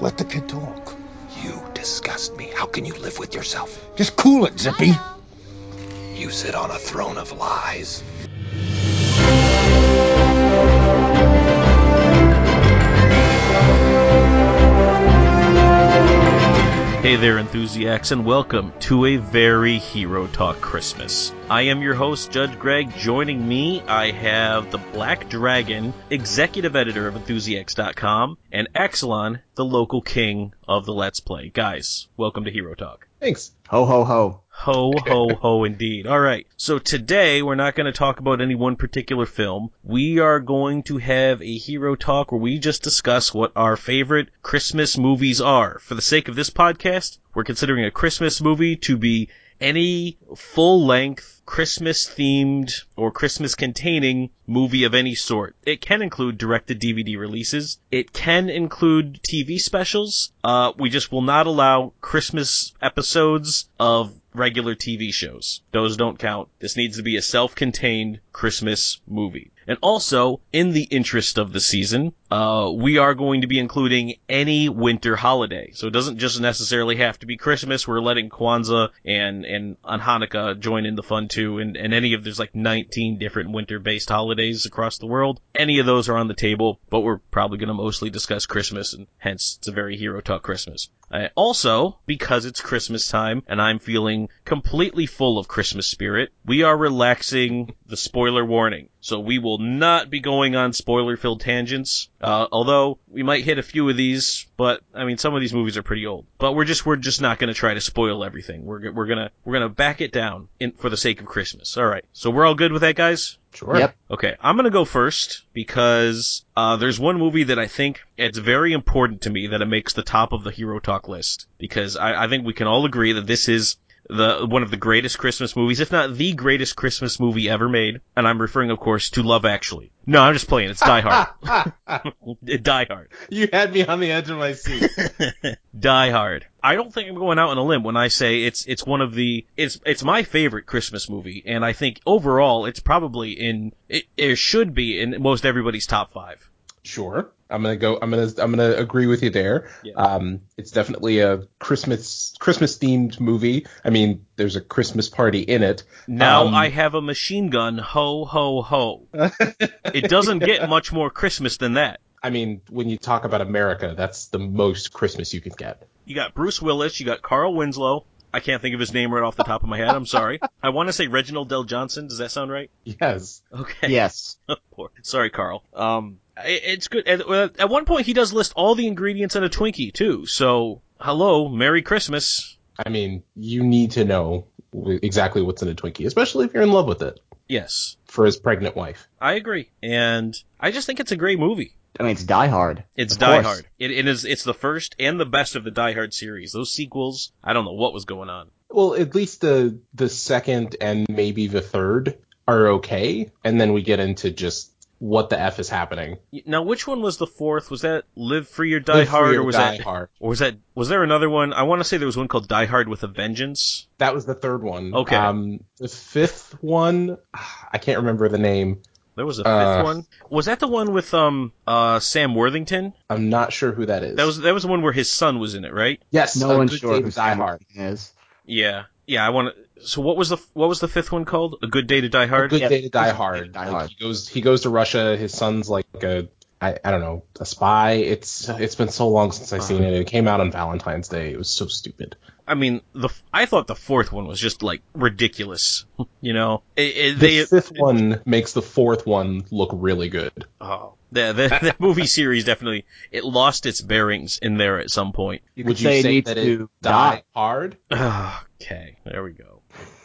Let the kid talk. You disgust me. How can you live with yourself? Just cool it, Zippy. You sit on a throne of lies. Hey there, enthusiasts, and welcome to a very Hero Talk Christmas. I am your host, Judge Greg. Joining me, I have the Black Dragon, executive editor of Enthusiacs.com, and Axelon, the local king of the Let's Play. Guys, welcome to Hero Talk. Thanks. Ho ho ho. Ho, ho, ho, indeed. All right. So today we're not going to talk about any one particular film. We are going to have a hero talk where we just discuss what our favorite Christmas movies are. For the sake of this podcast, we're considering a Christmas movie to be any full length Christmas themed or Christmas containing movie of any sort. It can include direct to DVD releases. It can include TV specials. Uh, we just will not allow Christmas episodes of regular TV shows. Those don't count. This needs to be a self-contained Christmas movie. And also, in the interest of the season, uh, we are going to be including any winter holiday. So it doesn't just necessarily have to be Christmas. We're letting Kwanzaa and, and on Hanukkah join in the fun too. And, and any of, there's like 19 different winter-based holidays across the world. Any of those are on the table, but we're probably going to mostly discuss Christmas and hence it's a very hero talk Christmas. Uh, also, because it's Christmas time and I'm feeling completely full of Christmas spirit, we are relaxing the spoiler warning. So we will not be going on spoiler filled tangents. Uh, although we might hit a few of these, but I mean, some of these movies are pretty old. But we're just we're just not going to try to spoil everything. We're g- we're gonna we're gonna back it down in, for the sake of Christmas. All right. So we're all good with that, guys. Sure. Yep. Okay, I'm gonna go first because uh, there's one movie that I think it's very important to me that it makes the top of the Hero Talk list because I, I think we can all agree that this is the one of the greatest Christmas movies, if not the greatest Christmas movie ever made. And I'm referring, of course, to Love Actually. No, I'm just playing. It's Die Hard. Die Hard. You had me on the edge of my seat. Die Hard. I don't think I'm going out on a limb when I say it's it's one of the it's it's my favorite Christmas movie, and I think overall it's probably in it, it should be in most everybody's top five. sure. I'm gonna go. I'm gonna. I'm gonna agree with you there. Yeah. Um, it's definitely a Christmas Christmas themed movie. I mean, there's a Christmas party in it. Now Um, I have a machine gun. Ho ho ho. it doesn't get much more Christmas than that. I mean, when you talk about America, that's the most Christmas you can get. You got Bruce Willis. You got Carl Winslow. I can't think of his name right off the top of my head. I'm sorry. I want to say Reginald Del Johnson. Does that sound right? Yes. Okay. Yes. Poor- Sorry, Carl. Um, i- it's good. At, uh, at one point, he does list all the ingredients in a Twinkie too. So, hello, Merry Christmas. I mean, you need to know w- exactly what's in a Twinkie, especially if you're in love with it. Yes, For his pregnant wife. I agree, and I just think it's a great movie. I mean, it's Die Hard. It's Of Die course. Hard. It, it is. It's the first and the best of the Die Hard series. Those sequels, I don't know what was going on. Well, at least the the second and maybe the third are okay, and then we get into just what the f is happening. Y- Now, which one was the fourth? Was that Live Free or Die Live Free Hard, or or was Die that Hard. or was that was there another one? I want to say there was one called Die Hard with a Vengeance. That was the third one. Okay. Um, the fifth one, I can't remember the name. There was a fifth Uh. one. Was that the one with um uh Sam Worthington? I'm not sure who that is. That was that was the one where his son was in it, right? yes. No a one's Good sure Day who to Die Sam Hard. Worthington is. Yeah, yeah. I want to. So what was the what was the fifth one called? A Good Day to Die Hard. Good Yeah. Day to Die Hard. Die Like, Hard. He goes. He goes to Russia. His son's like a. I, I don't know a spy. It's it's been so long since I've seen it. It came out on Valentine's Day. It was so stupid. I mean, the f- I thought the fourth one was just like ridiculous. you know, it, it, The they fifth one makes the fourth one look really good. oh, the, the the movie series definitely it lost its bearings in there at some point. You could say, it needs to die. hard? okay, there we go.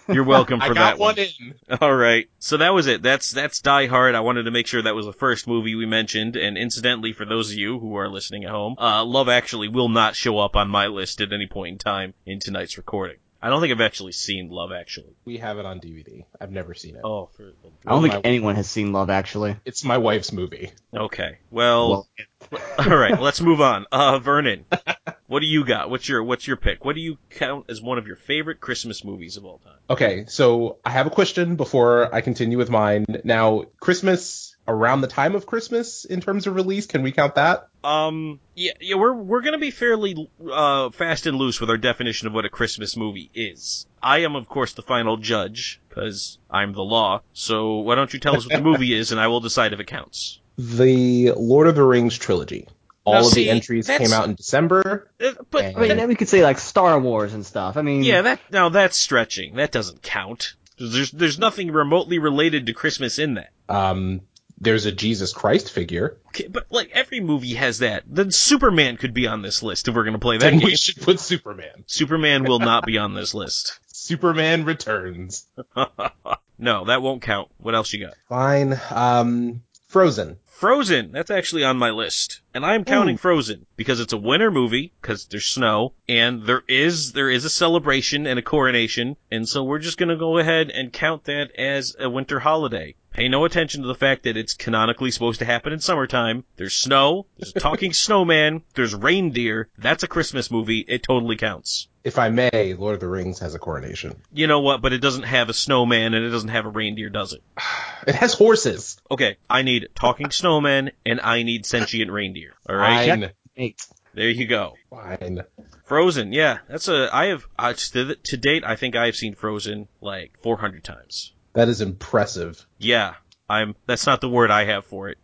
You're welcome for I that got one in. All right. So that was it. That's that's Die Hard. I wanted to make sure that was the first movie we mentioned. And incidentally, for those of you who are listening at home, uh, Love Actually will not show up on my list at any point in time in tonight's recording. I don't think I've actually seen Love Actually. We have it on DVD. I've never seen it. Oh, for, I don't My- think anyone has seen Love Actually. It's my wife's movie. okay. Well, Well, all right. Let's move on. Uh, Vernon, what do you got? What's your what's your pick? What do you count as one of your favorite Christmas movies of all time? Okay, so I have a question before I continue with mine. Now, Christmas around the time of Christmas in terms of release? Can we count that? Um, yeah, yeah, we're we're gonna be fairly uh, fast and loose with our definition of what a Christmas movie is. I am, of course, the final judge because I'm the law. So why don't you tell us what the movie is, and I will decide if it counts. The Lord of the Rings trilogy. All Now, of see, the entries that's- came out in December. Uh, But And- I mean, then we could say like Star Wars and stuff. I mean, yeah, that now that's stretching. That doesn't count. There's there's nothing remotely related to Christmas in that. Um, there's a Jesus Christ figure. Okay, but like every movie has that. Then Superman could be on this list if we're gonna play that Then game. we should put Superman. Superman will not be on this list. Superman returns. No, that won't count. What else you got? Fine. Um, Frozen. Frozen. That's actually on my list, and I'm counting Frozen because it's a winter movie because there's snow and there is there is a celebration and a coronation, and so we're just gonna go ahead and count that as a winter holiday. Pay no attention to the fact that it's canonically supposed to happen in summertime. There's snow. There's a talking snowman. There's reindeer. That's a Christmas movie. It totally counts. If I may, Lord of the Rings has a coronation. You know what? But it doesn't have a snowman and it doesn't have a reindeer, does it? It has horses. Okay, I need talking snowmen and I need sentient reindeer. All right, Fine. eight. there you go. Fine. Frozen, yeah, that's a. I have I, to, to date, I think I have seen Frozen like 400 times. That is impressive. Yeah, I'm. That's not the word I have for it.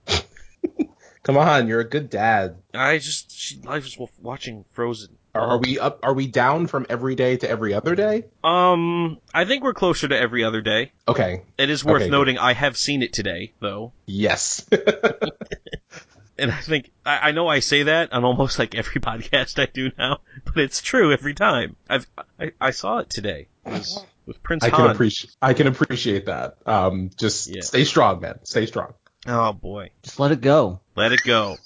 Come on, you're a good dad. I just she, I was watching Frozen. Are, are we up? Are we down from every day to every other day? Um, I think we're closer to every other day. Okay. It is worth Okay, good. noting I have seen it today though, Yes. and I think I, I know I say that on almost like every podcast I do now, but it's true every time. I've I, I saw it today. It was with Prince I can Han. appreciate. I can appreciate that. Um, just Yeah. stay strong, man. Stay strong. oh boy, Just let it go. let it go.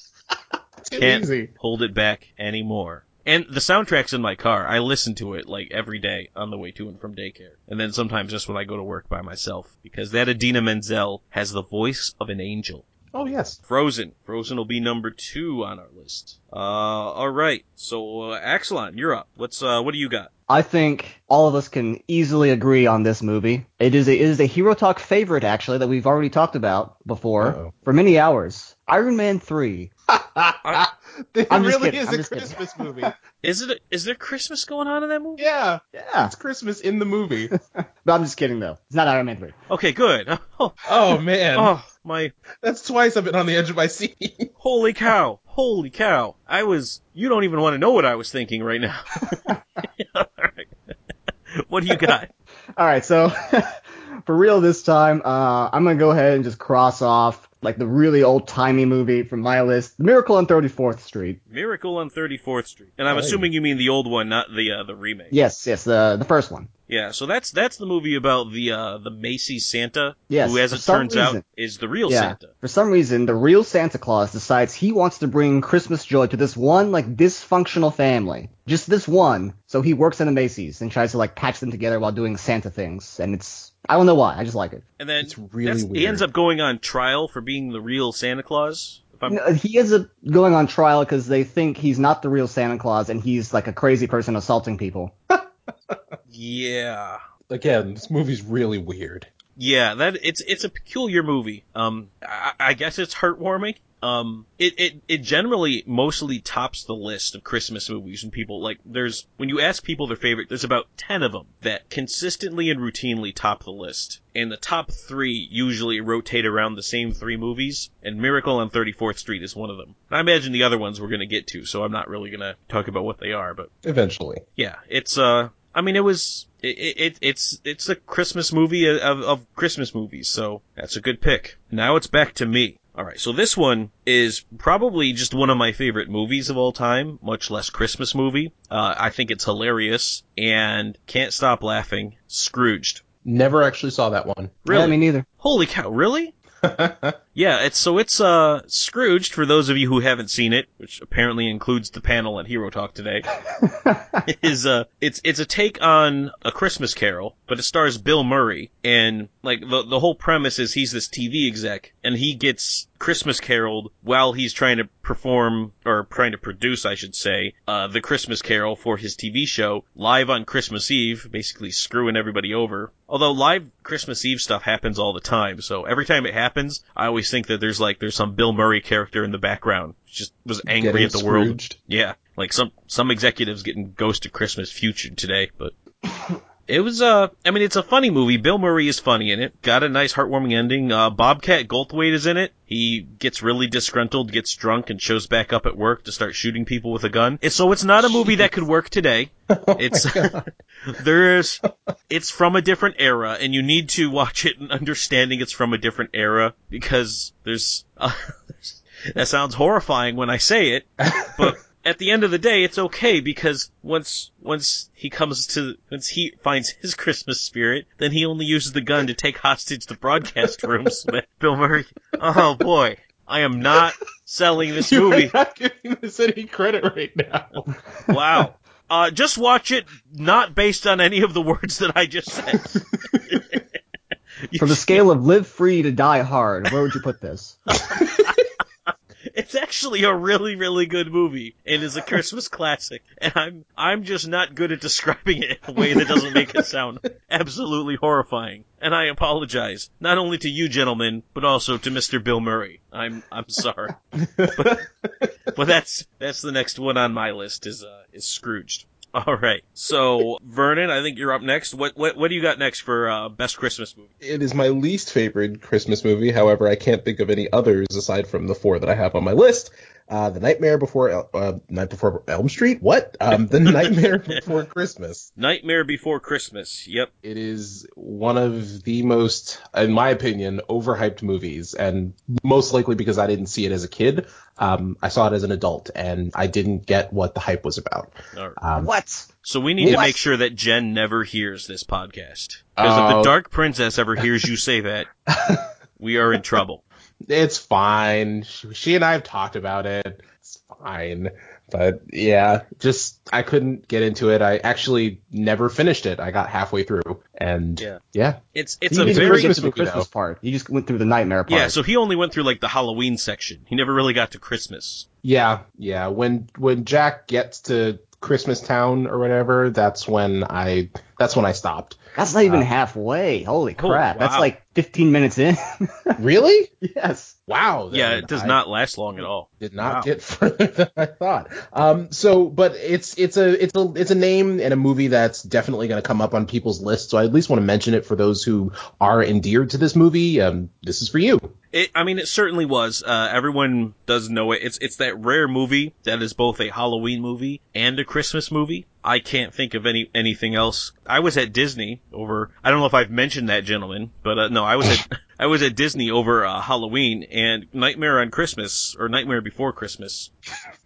Too Can't- easy. hold it back anymore. And the soundtrack's in my car. I listen to it like every day on the way to and from daycare. And then sometimes just when I go to work by myself. Because that Adina Menzel has the voice of an angel. Oh yes. Frozen. Frozen will be number two on our list. Uh, alright. So, uh, Axelon, you're up. What's, uh, what do you got? I think all of us can easily agree on this movie. It is a, it is a Hero Talk favorite, actually, that we've already talked about before Uh-oh. for many hours. Iron Man 3. it I'm just really kidding, is I'm a just kidding. Christmas movie. Is it, is there Christmas going on in that movie? Yeah, Yeah. it's Christmas in the movie. But I'm just kidding, though. It's not Iron Man 3. Okay, good. Oh, Oh man, oh, my, that's twice I've been on the edge of my seat. holy cow. Holy cow. I was, you don't even want to know what I was thinking right now. Alright. what do you got? All right, so for real this time, uh, I'm going to go ahead and just cross off like the really old timey movie from my list, Miracle on 34th Street. Miracle on 34th Street. And I'm Hey. assuming you mean the old one, not the uh, the remake. Yes, yes, the the first one. Yeah, so that's that's the movie about the uh the Macy's Santa, Yes, who as for it some turns out reason. is the real Yeah. Santa. For some reason, the real Santa Claus decides he wants to bring Christmas joy to this one like dysfunctional family, just this one. So he works in a Macy's and tries to like patch them together while doing Santa things, and it's I don't know why, I just like it. And then It's really that's- he weird. ends up going on trial for being the real Santa Claus. If I'm, No, He ends up going on trial because they think he's not the real Santa Claus and he's like a crazy person assaulting people. yeah. Again, this movie's really weird. Yeah, that it's it's a peculiar movie. Um, I, I guess it's heartwarming. Um, it, it it generally mostly tops the list of Christmas movies and people like there's when you ask people their favorite, there's about ten of them that consistently and routinely top the list. And the top three usually rotate around the same three movies, and Miracle on 34th Street is one of them. And I imagine the other ones we're gonna get to, so I'm not really gonna talk about what they are, but Eventually, yeah, it's uh, I mean, it was it, it it- it's it's a Christmas movie of of Christmas movies, so that's a good pick. Now it's back to me. All right, so this one is probably just one of my favorite movies of all time, much less Christmas movie. Uh, I think it's hilarious and can't stop laughing. Scrooged, never actually saw that one. really? Yeah, me neither. Holy cow, really? yeah, it's so it's uh Scrooged for those of you who haven't seen it, which apparently includes the panel at Hero Talk today. is uh it's it's a take on a Christmas Carol, but it stars Bill Murray and like the the whole premise is he's this TV exec and he gets Christmas Caroled while he's trying to perform or trying to produce, I should say, uh the Christmas Carol for his TV show live on Christmas Eve, basically screwing everybody over. Although live Christmas Eve stuff happens all the time, so every time it happens, I always always think that there's like there's some Bill Murray character in the background, just was angry Getting at the world. Scrooged. Yeah, like some some executives getting Ghost of Christmas featured today, but it was uh I mean it's a funny movie. Bill Murray is funny in it. Got a nice heartwarming ending. Uh, Bobcat Goldthwait is in it. He gets really disgruntled, gets drunk, and shows back up at work to start shooting people with a gun. It's, so it's not a movie that could work today. It's there's it's from a different era, and you need to watch it and understanding it's from a different era because there's. Uh, that sounds horrifying when I say it, but at the end of the day, it's okay because once once he comes to once he finds his Christmas spirit, then he only uses the gun to take hostage the broadcast rooms with Bill Murray. Oh boy, I am not selling this You're movie. not giving this any credit right now. Wow. Uh, just watch it, not based on any of the words that I just said. From the scale of live free to die hard, where would you put this? It's actually a really, really good movie. It is a Christmas classic, and I'm I'm just not good at describing it in a way that doesn't make it sound absolutely horrifying. And I apologize, not only to you gentlemen, but also to Mr. Bill Murray. I'm I'm sorry. But, but that's that's the next one on my list is uh, is Scrooged. All right, so Vernon, I think you're up next. What what what do you got next for uh, best Christmas movie? It is my least favorite Christmas movie. However, I can't think of any others aside from the four that I have on my list. Uh, the Nightmare Before El- uh, Night Before Elm Street. What? Um, the Nightmare Before Christmas. Nightmare Before Christmas. Yep. It is one of the most, in my opinion, overhyped movies, and most likely because I didn't see it as a kid. Um, I saw it as an adult, and I didn't get what the hype was about. All right. Um, What? So we need to What? make sure that Jen never hears this podcast. Because if the Oh. Dark Princess ever hears you say that, we are in trouble. it's fine. She, she and I have talked about it. It's fine. But yeah, just I couldn't get into it. I actually never finished it. I got halfway through, and Yeah. yeah, It's it's you a didn't very really get Christmas to the movie, Christmas though. part. You just went through the nightmare part. yeah. So he only went through like the Halloween section. He never really got to Christmas. yeah, yeah. When when Jack gets to Christmas Town or whatever, that's when I that's when I stopped. that's not even Uh, halfway. Holy oh, crap! That's wow. like 15 minutes in. really? yes. Wow. yeah, then it does I- not last long at all. did not Wow. get further than I thought. Um, so, but it's it's a it's a it's a name and a movie that's definitely going to come up on people's lists. So I at least want to mention it for those who are endeared to this movie. Um, this is for you. It, I mean, it certainly was. Uh, everyone does know it. It's it's that rare movie that is both a Halloween movie and a Christmas movie. I can't think of any anything else. I was at Disney over. I don't know if I've mentioned that gentleman, but uh, no, I was at I was at Disney over uh, Halloween and Nightmare on Christmas or Nightmare Before Christmas.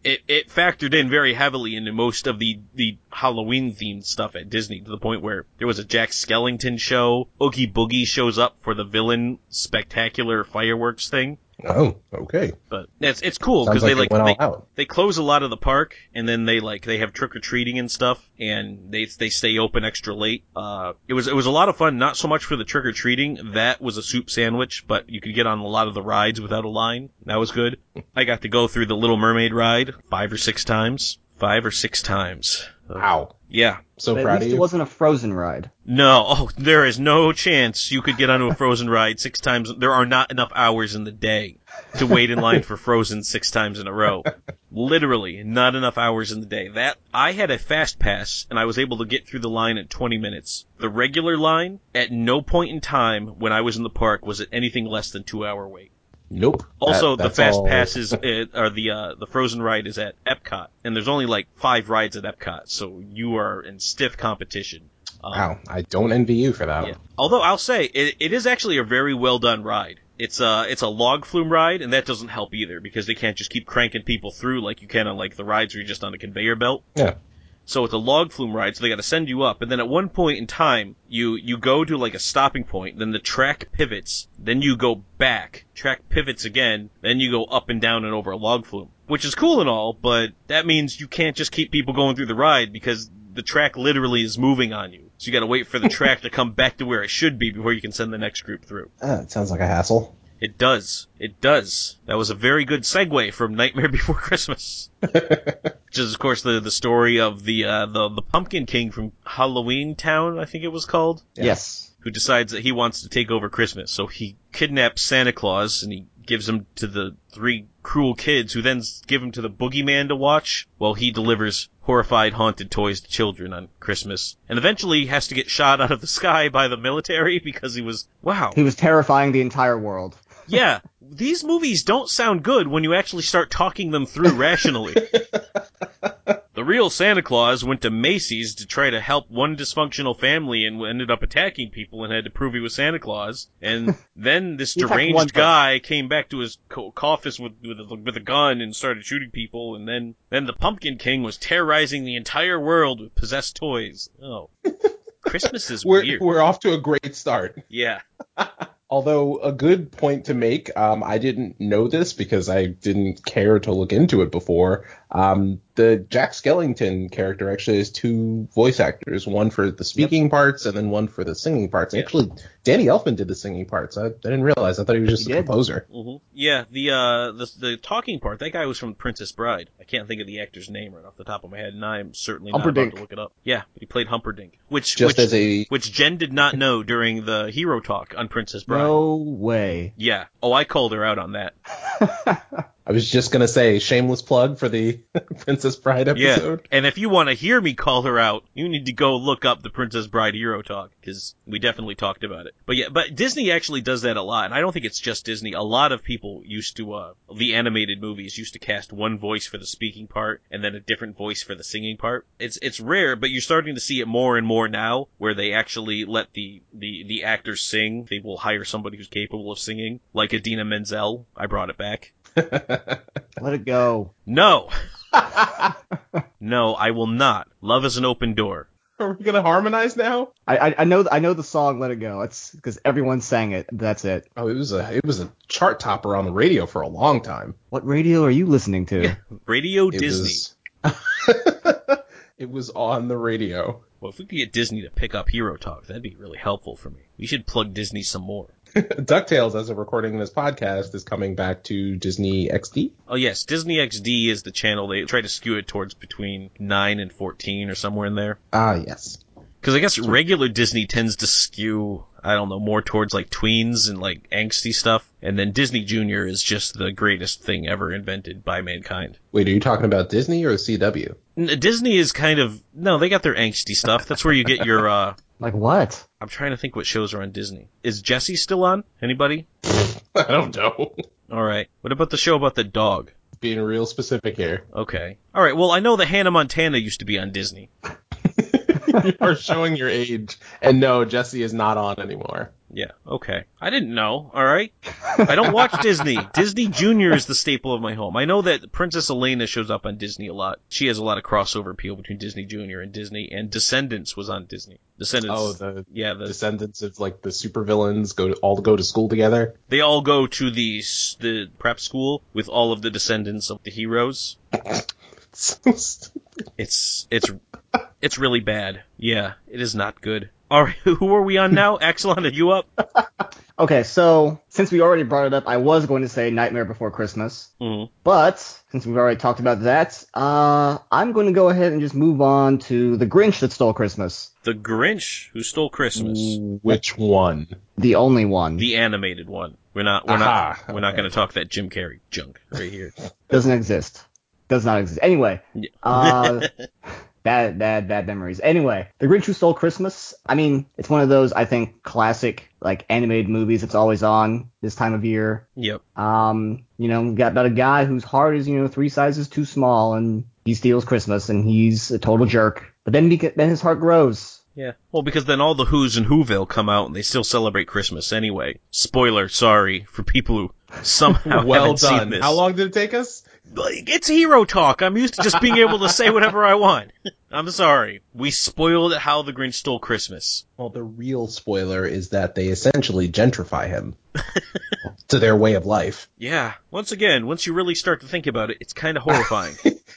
It it factored in very heavily into most of the the Halloween themed stuff at Disney to the point where there was a Jack Skellington show. Oogie Boogie shows up for the villain spectacular fireworks thing. Oh, okay. But it's it's cool Sounds because like they like it went they, all out. they close a lot of the park and then they like they have trick or treating and stuff and they they stay open extra late. Uh, it was it was a lot of fun. Not so much for the trick or treating. That was a soup sandwich, but you could get on a lot of the rides without a line. That was good. I got to go through the Little Mermaid ride five or six times. Five or six times. Wow. Yeah. So But at proud least of it you. wasn't a frozen ride. No, oh, there is no chance you could get onto a Frozen ride six times. There are not enough hours in the day to wait in line for Frozen six times in a row. Literally, not enough hours in the day. That I had a fast pass and I was able to get through the line in 20 minutes. The regular line, at no point in time when I was in the park, was it anything less than two hour wait. nope. Also, That- the that's fast all- passes uh, or the uh, the frozen ride is at Epcot, and there's only like five rides at Epcot, so you are in stiff competition. Um, Wow, I don't envy you for that. yeah. Although I'll say it, it is actually a very well done ride. It's a it's a log flume ride, and that doesn't help either because they can't just keep cranking people through like you can on like the rides where you're just on a conveyor belt. Yeah. So it's a log flume ride, so they got to send you up, and then at one point in time, you you go to like a stopping point, then the track pivots, then you go back, track pivots again, then you go up and down and over a log flume, which is cool and all, but that means you can't just keep people going through the ride because the track literally is moving on you. So you got to wait for the track to come back to where it should be before you can send the next group through. Uh, it sounds like a hassle. It does. It does. That was a very good segue from Nightmare Before Christmas. Which is, of course, the, the story of the, uh, the the Pumpkin King from Halloween Town, I think it was called, Yeah. Yes. who decides that he wants to take over Christmas. So he kidnaps Santa Claus and he gives them to the three cruel kids who then s- give them to the boogeyman to watch while he delivers horrified haunted toys to children on Christmas. And eventually has to get shot out of the sky by the military because he was, wow. He was terrifying the entire world. Yeah, these movies don't sound good when you actually start talking them through rationally. the real Santa Claus went to Macy's to try to help one dysfunctional family and ended up attacking people and had to prove he was Santa Claus. And then this He attacked one deranged person. guy came back to his co- office with with a, with a gun and started shooting people. And then then the Pumpkin King was terrorizing the entire world with possessed toys. Oh, Christmas is We're, weird. we're off to a great start. yeah, Although a good point to make, um, I didn't know this because I didn't care to look into it before. Um, the Jack Skellington character actually has two voice actors, one for the speaking parts and then one for the singing parts. Actually, Danny Elfman did the singing parts. I, I didn't realize. I thought he was just He a did. composer. hmm Yeah, the uh the the talking part. That guy was from Princess Bride. I can't think of the actor's name right off the top of my head, and I'm certainly not about Humperdinck. to look it up. Yeah, he played Humperdinck, which Just which as a which Jen did not know during the hero talk on Princess Bride. No way. Yeah. Oh, I called her out on that. I was just gonna say shameless plug for the Princess Bride Yeah. episode. And if you want to hear me call her out, you need to go look up the Princess Bride Hero Talk, because we definitely talked about it. But yeah, but Disney actually does that a lot, and I don't think it's just Disney. A lot of people used to, uh, the animated movies used to cast one voice for the speaking part, and then a different voice for the singing part. It's, it's rare, but you're starting to see it more and more now, where they actually let the, the, the actors sing. They will hire somebody who's capable of singing, like Adina Menzel. I brought it back. Let it go. No! no, I will not. Love is an open door. Are we gonna harmonize now? I, I, I know I know the song Let It Go. It's because everyone sang it. That's it. Oh, it was a it was a chart topper on the radio for a long time. What radio are you listening to? Radio It Disney. was- it was on the radio. Well, if we could get Disney to pick up Hero Talk, that'd be really helpful for me. We should plug Disney some more. DuckTales, as of recording this podcast, is coming back to Disney XD. Oh yes, Disney XD is the channel they try to skew it towards between 9 and 14 or somewhere in there. Ah, yes. Cause I guess regular Disney tends to skew, I don't know, more towards like tweens and like angsty stuff. And then Disney Junior is just the greatest thing ever invented by mankind. Wait, are you talking about Disney or CW? N- Disney is kind of, no, they got their angsty stuff. That's where you get your, uh, like what? I'm trying to think what shows are on Disney. Is Jesse still on? Anybody? I don't know. All right. What about the show about the dog? Being real specific here. Okay. All right. Well, I know the Hannah Montana used to be on Disney. you are showing your age. And no, Jesse is not on anymore. Yeah. Okay. I didn't know. All right. I don't watch Disney. Disney Junior is the staple of my home. I know that Princess Elena shows up on Disney a lot. She has a lot of crossover appeal between Disney Junior and Disney. And Descendants was on Disney. Descendants. Oh, the yeah. The, descendants of like the supervillains go to, all go to school together. they all go to the s- the prep school with all of the descendants of the heroes. It's it's it's really bad. Yeah, it is not good. All right, who are we on now? Axelon, are you up? Okay, so since we already brought it up, I was going to say Nightmare Before Christmas. Mm. Mm-hmm. But since we've already talked about that, uh, I'm going to go ahead and just move on to The Grinch That Stole Christmas, The Grinch Who Stole Christmas, Mm. Which one? the only one. the animated one. We're not we're Aha, not we're not okay. going to talk that Jim Carrey junk right here. Doesn't exist. Does not exist. Anyway, Yeah. uh, bad, bad, bad memories. Anyway, The Grinch Who Stole Christmas. I mean, it's one of those I think classic like animated movies. It's always on this time of year. yep. Um, you know, we've got about a guy whose heart is, you know, three sizes too small and he steals Christmas and he's a total jerk. But then, beca- then his heart grows. Yeah. Well, because then all the Who's in Whoville come out and they still celebrate Christmas anyway. Spoiler, sorry for people who somehow Well haven't seen done. this. How long did it take us? Like, It's hero talk. I'm used to just being able to say whatever I want. I'm sorry. We spoiled how the Grinch stole Christmas. Well, the real spoiler is that they essentially gentrify him to their way of life. Yeah. Once again, once you really start to think about it, it's kind of horrifying.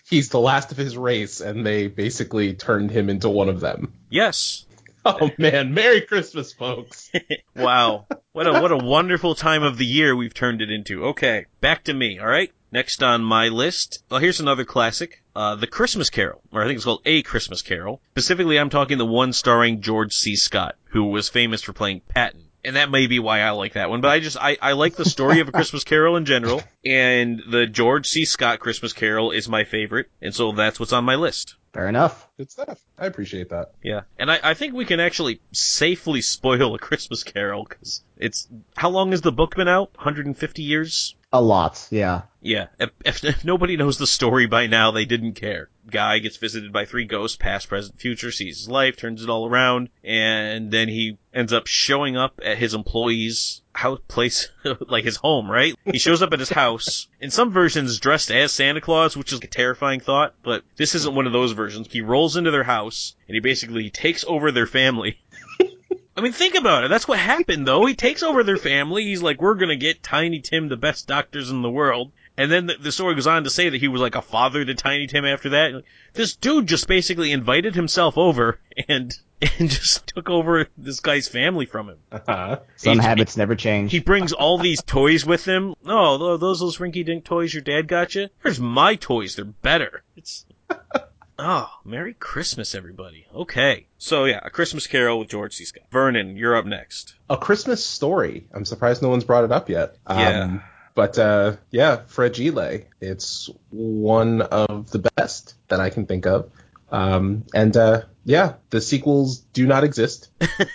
he's the last of his race, and they basically turned him into one of them. yes. Oh man, Merry Christmas, folks! Wow. What a what a wonderful time of the year we've turned it into. Okay, back to me. All right. Next on my list. Well, here's another classic, uh, The Christmas Carol, or I think it's called A Christmas Carol. Specifically, I'm talking the one starring George C. Scott, who was famous for playing Patton and that may be why I like that one. But I just I, I like the story of a Christmas Carol in general, and the George C. Scott Christmas Carol is my favorite, and so that's what's on my list. Fair enough. Good stuff. I appreciate that. Yeah, and I, I think we can actually safely spoil a Christmas Carol because it's how long has the book been out? 150 years. A lot, yeah. Yeah, if, if, if nobody knows the story by now, they didn't care. Guy gets visited by three ghosts, past, present, future, sees his life, turns it all around, and then he ends up showing up at his employee's house place, like his home, right? He shows up at his house, in some versions dressed as Santa Claus, which is a terrifying thought, but this isn't one of those versions. He rolls into their house, and he basically takes over their family. I mean, think about it. That's what happened, though. He takes over their family. He's like, we're going to get Tiny Tim the best doctors in the world. And then the, the story goes on to say that he was like a father to Tiny Tim after that. This dude just basically invited himself over and, and just took over this guy's family from him. Uh-huh. Some He's- habits never change. He brings all these toys with him. Oh, tho- those those rinky dink toys your dad got you? Here's my toys. They're better. It's oh, Merry Christmas, everybody. Okay, so yeah, a Christmas Carol with George C. Scott. Vernon, you're up next. A Christmas Story. I'm surprised no one's brought it up yet. Um, Yeah. But uh, yeah, Fragile. It's one of the best that I can think of. Um, and uh, yeah, the sequels do not exist,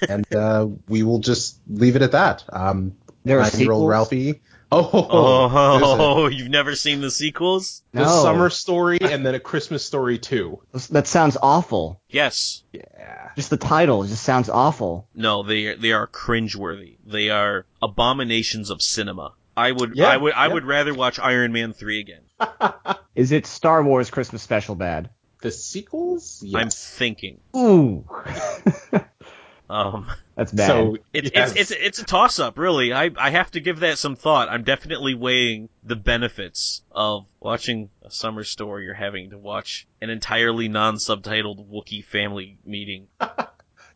and uh, we will just leave it at that. Um, There are Nine-year-old sequels? Ralphie. Oh, there's a- Oh, you've never seen the sequels? no. the summer story and then a Christmas story too. That sounds awful. Yes. Yeah. Just the title just sounds awful. No, they they are cringeworthy. They are abominations of cinema. I would Yeah, I would I yeah. would rather watch Iron Man 3 again. Is it Star Wars Christmas Special bad? The sequels? Yes. I'm thinking. Ooh, Um that's bad. So It's yes. it's, it's it's a toss up, really. I I have to give that some thought. I'm definitely weighing the benefits of watching a summer story or having to watch an entirely non-subtitled Wookiee family meeting.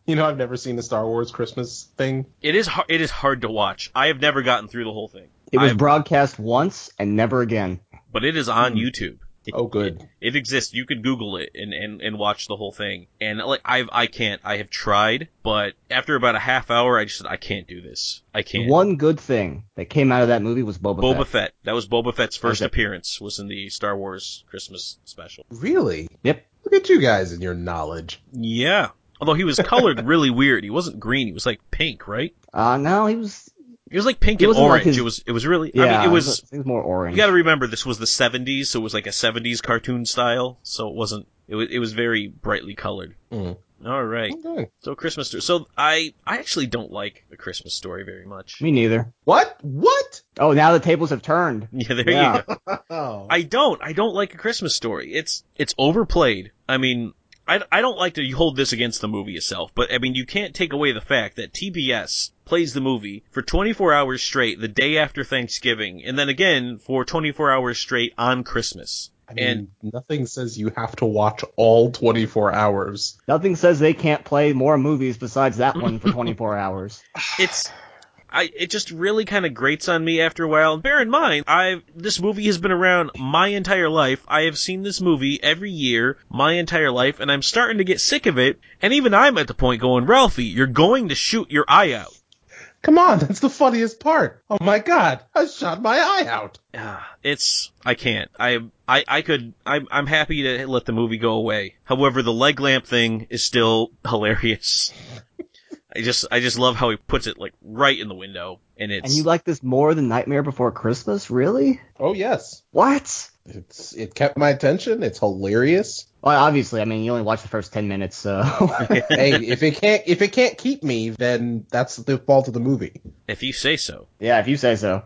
you know I've never seen the Star Wars Christmas thing. It is hard. It is hard to watch. I have never gotten through the whole thing, it was I- broadcast once and never again. but it is Hmm. on YouTube. It- Oh, good. It exists. You can Google it and, and, and watch the whole thing. And like I've I can't. I have tried, but after about a half hour, I just said, I can't do this. I can't. One good thing that came out of that movie was Boba, Boba Fett. Fett. That was Boba Fett's first Okay. appearance. Was in the Star Wars Christmas special. Really? Yep. Look at you guys and your knowledge. Yeah. Although he was colored really weird. He wasn't green. He was like pink, right? Uh, no, he was. He was like pink He and wasn't like orange. his- It was. It was really. Yeah, I mean, it was. It was more orange. You got to remember, this was the '70s, so it was like a '70s cartoon style. So it wasn't. It was. It was very brightly colored. Mm. All right. Okay. So Christmas. Story. So I. I actually don't like the Christmas story very much. Me neither. What? What? Oh, now the tables have turned. Yeah. There you Yeah. go. Oh. I don't. I don't like a Christmas story. It's it's overplayed. I mean, I, I don't like to hold this against the movie itself, but I mean, you can't take away the fact that TBS plays the movie for 24 hours straight the day after Thanksgiving, and then again for 24 hours straight on Christmas. I mean, nothing says you have to watch all 24 hours. Nothing says they can't play more movies besides that one for 24 hours. it's I, it just really kind of grates on me after a while. And bear in mind, I've this movie has been around my entire life. I have seen this movie every year my entire life, and I'm starting to get sick of it. And even I'm at the point going, Ralphie, you're going to shoot your eye out. Come on, that's the funniest part. Oh my god, I shot my eye out. Ah, It's I can't. I I I could. I'm I'm happy to let the movie go away. However, the leg lamp thing is still hilarious. I just I just love how he puts it like right in the window, and it's And you like this more than Nightmare Before Christmas? Really? Oh yes. What? It's it kept my attention. It's hilarious. Well, obviously, I mean, you only watched the first 10 minutes, so. hey, if it can't if it can't keep me, then that's the fault of the movie. if you say so. yeah, if you say so.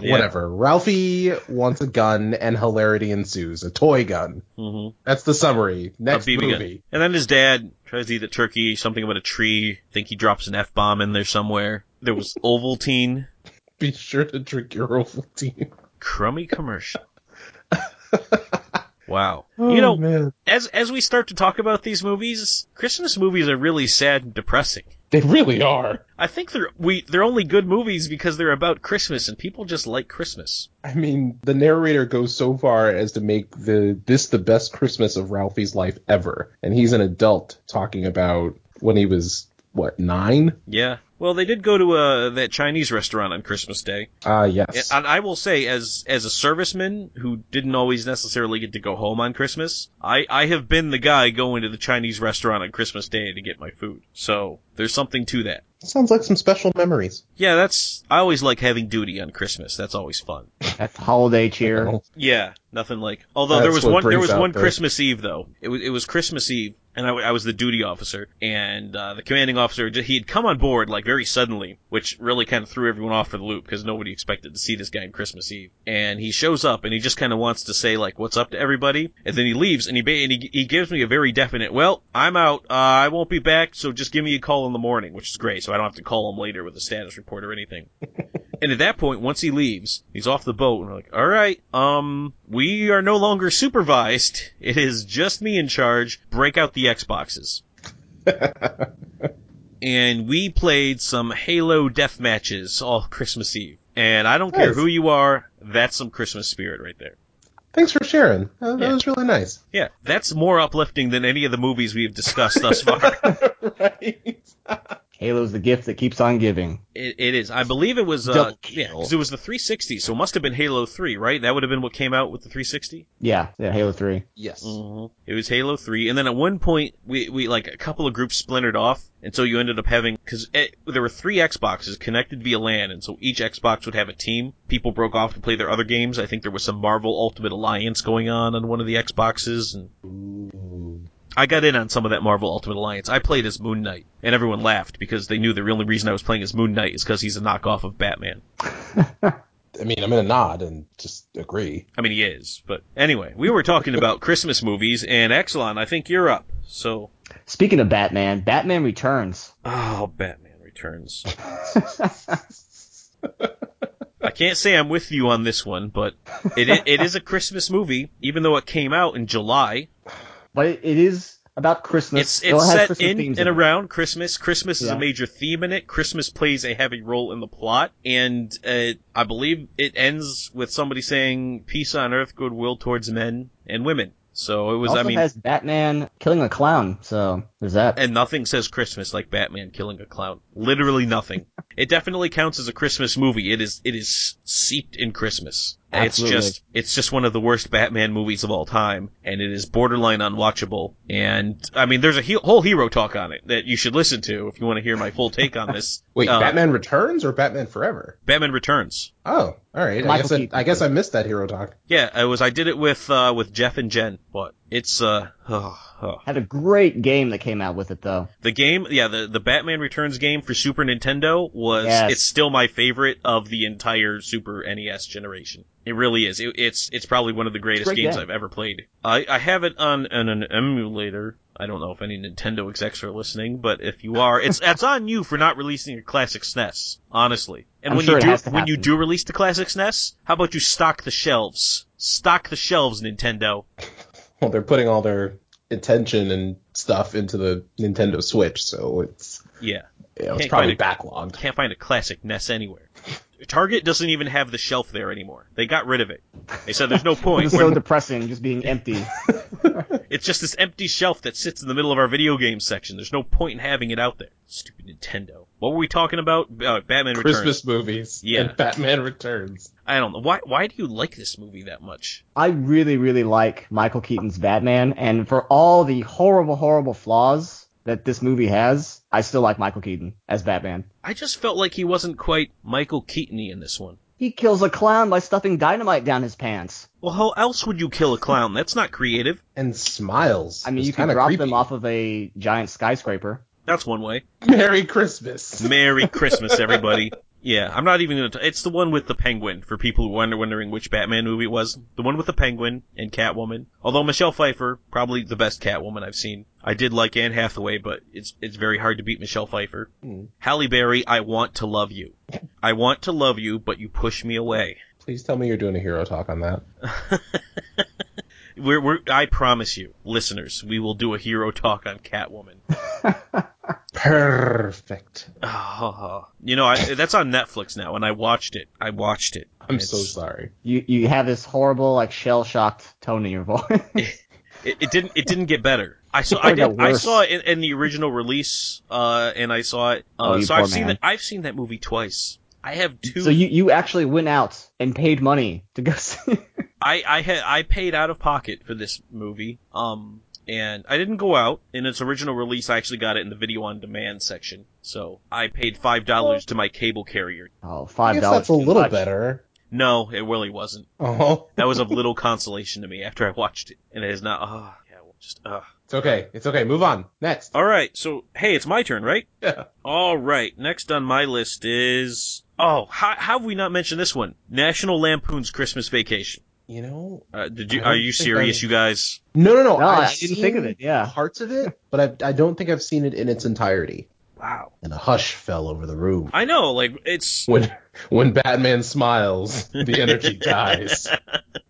Yeah. Whatever. Ralphie wants a gun and hilarity ensues. A toy gun. Mm-hmm. That's the summary. a Next BB gun. movie. And then his dad tries to eat the turkey, something about a tree. I think he drops an F bomb in there somewhere. There was Ovaltine. Be sure to drink your Ovaltine. Crummy commercial. Wow. Oh, you know, man. as as we start to talk about these movies, Christmas movies are really sad and depressing. They really are. I think they're we they're only good movies because they're about Christmas and people just like Christmas. I mean, the narrator goes so far as to make the this the best Christmas of Ralphie's life ever, and he's an adult talking about when he was what nine. Yeah. Well, they did go to uh, that Chinese restaurant on Christmas Day. Ah, yes. And I will say, as as a serviceman who didn't always necessarily get to go home on Christmas, I I have been the guy going to the Chinese restaurant on Christmas Day to get my food. So there's something to that. Sounds like some special memories. Yeah, that's I always like having duty on Christmas. That's always fun. That's holiday cheer. Yeah, nothing like. Although That's there was what one, there brings was out one the- Christmas Eve though. It was it was Christmas Eve, and I, w- I was the duty officer, and uh, the commanding officer j- he had come on board like very suddenly, which really kind of threw everyone off for the loop because nobody expected to see this guy on Christmas Eve, and he shows up and he just kind of wants to say like what's up to everybody, and then he leaves and he ba- and he, he gives me a very definite well I'm out uh, I won't be back so just give me a call in the morning, which is great so I don't have to call him later with a status report or anything. And at that point, once he leaves, he's off the boat, and we're like, all right, um, we are no longer supervised. It is just me in charge. Break out the Xboxes. and we played some Halo death matches all Christmas Eve. And I don't care Nice. who you are, that's some Christmas spirit right there. Thanks for sharing. Uh, that Yeah. was really nice. Yeah, that's more uplifting than any of the movies we have discussed thus far. right. Halo's the gift that keeps on giving. It, it is. I believe it was. Uh, Double yeah, kill. 'cause it was the 360, so it must have been Halo 3, right? That would have been what came out with the 360. Yeah, yeah, Halo 3. Yes. It was Halo 3, and then at one point, we, we, like, a couple of groups splintered off, and so you ended up having, cause it, there were three Xboxes connected via LAN, and so each Xbox would have a team. People broke off to play their other games. I think there was some Marvel Ultimate Alliance going on on one of the Xboxes, and I got in on some of that Marvel Ultimate Alliance. I played as Moon Knight, and everyone laughed because they knew the only reason I was playing as Moon Knight is cause he's a knockoff of Batman. I mean, I'm going to nod and just agree. I mean, he is, but anyway, we were talking about Christmas movies, and Exelon, I think you're up, so. Speaking of Batman, Batman Returns. Oh, Batman Returns. I can't say I'm with you on this one, but it i- it is a Christmas movie, even though it came out in July. But it, it is about Christmas. It's It all it's has set Christmas in themes and it. around Christmas. Christmas is a Yeah. major theme in it. Christmas plays a heavy role in the plot, and uh, I believe it ends with somebody saying "peace on earth, goodwill towards men and women." So it was, also I mean, has Batman killing a clown, so there's that. and nothing says Christmas like Batman killing a clown. Literally nothing. it definitely counts as a Christmas movie. It is it is seeped in Christmas. Absolutely. It's just it's just one of the worst Batman movies of all time, and it is borderline unwatchable. And I mean, there's a he- whole hero talk on it that you should listen to if you want to hear my full take on this. Wait, Uh, Batman Returns or Batman Forever? Batman Returns. Oh, all right. I Michael guess I, Keaton. I guess I missed that hero talk. Yeah, it was. I did it with uh, with Jeff and Jen, but it's uh, oh. Had a great game that came out with it though. The game, yeah, the, the Batman Returns game for Super Nintendo was, Yes. it's still my favorite of the entire Super NES generation. It really is. It, it's, it's probably one of the greatest great games game. I've ever played. I, I have it on, on an emulator. I don't know if any Nintendo execs are listening, but if you are, it's, that's on you for not releasing a classic SNES, honestly. And I'm when sure you it do, has to when you happen. do release the classic SNES, how about you stock the shelves? Stock the shelves, Nintendo. Well, they're putting all their attention and stuff into the Nintendo Switch, so it's Yeah. you know, it's Can't probably find backlogged. Can't find a classic NES anywhere. Target doesn't even have the shelf there anymore. They got rid of it. They said there's no point. It's so We're- depressing just being empty. it's just this empty shelf that sits in the middle of our video game section. There's no point in having it out there. Stupid Nintendo. What were we talking about? Uh, Batman Returns. Christmas movies Yeah. and Batman Returns. I don't know. Why why do you like this movie that much? I really, really like Michael Keaton's Batman, and for all the horrible, horrible flaws that this movie has, I still like Michael Keaton as Batman. I just felt like he wasn't quite Michael Keatony in this one. He kills a clown by stuffing dynamite down his pants. Well, how else would you kill a clown? That's not creative. And smiles. I mean, It's you can kinda drop creepy. them off of a giant skyscraper. That's one way. Merry Christmas. Merry Christmas, everybody. Yeah, I'm not even gonna. T- it's the one with the penguin. For people who are wondering which Batman movie it was, the one with the penguin and Catwoman. Although Michelle Pfeiffer, probably the best Catwoman I've seen. I did like Anne Hathaway, but it's it's very hard to beat Michelle Pfeiffer. Hmm. Halle Berry, I want to love you. I want to love you, but you push me away. Please tell me you're doing a hero talk on that. We're, we're I promise you, listeners, we will do a hero talk on Catwoman. Perfect. you know, I, that's on Netflix now, and I watched it. I watched it. I'm so It's- sorry. You you have this horrible, like shell shocked tone in your voice. It, it didn't. It didn't get better. I saw. I, Probably got did, I worse. saw it in, in the original release, uh, and I saw it. Uh, Oh, you so poor I've seen man. that. I've seen that movie twice. I have two. So you, you actually went out and paid money to go see. I I had I paid out of pocket for this movie. Um, and I didn't go out in its original release. I actually got it in the video on demand section. So I paid five dollars to my cable carrier. Oh, I five guess dollars. that's a little better. No, it really wasn't. Oh, That was of little consolation to me after I watched it, and it is not. Ah, yeah, well, just ah. it's okay. It's okay. Move on. Next. All right, so hey, it's my turn, right? Yeah. All right, next on my list is oh, how, how have we not mentioned this one? National Lampoon's Christmas Vacation. You know, Uh, did you I don't are you think serious, I- you guys? no, no, no. No, I've I didn't think of seen it, yeah. parts of it, but I, I don't think I've seen it in its entirety. Wow, And a hush fell over the room I know, like it's when when Batman smiles, the energy dies.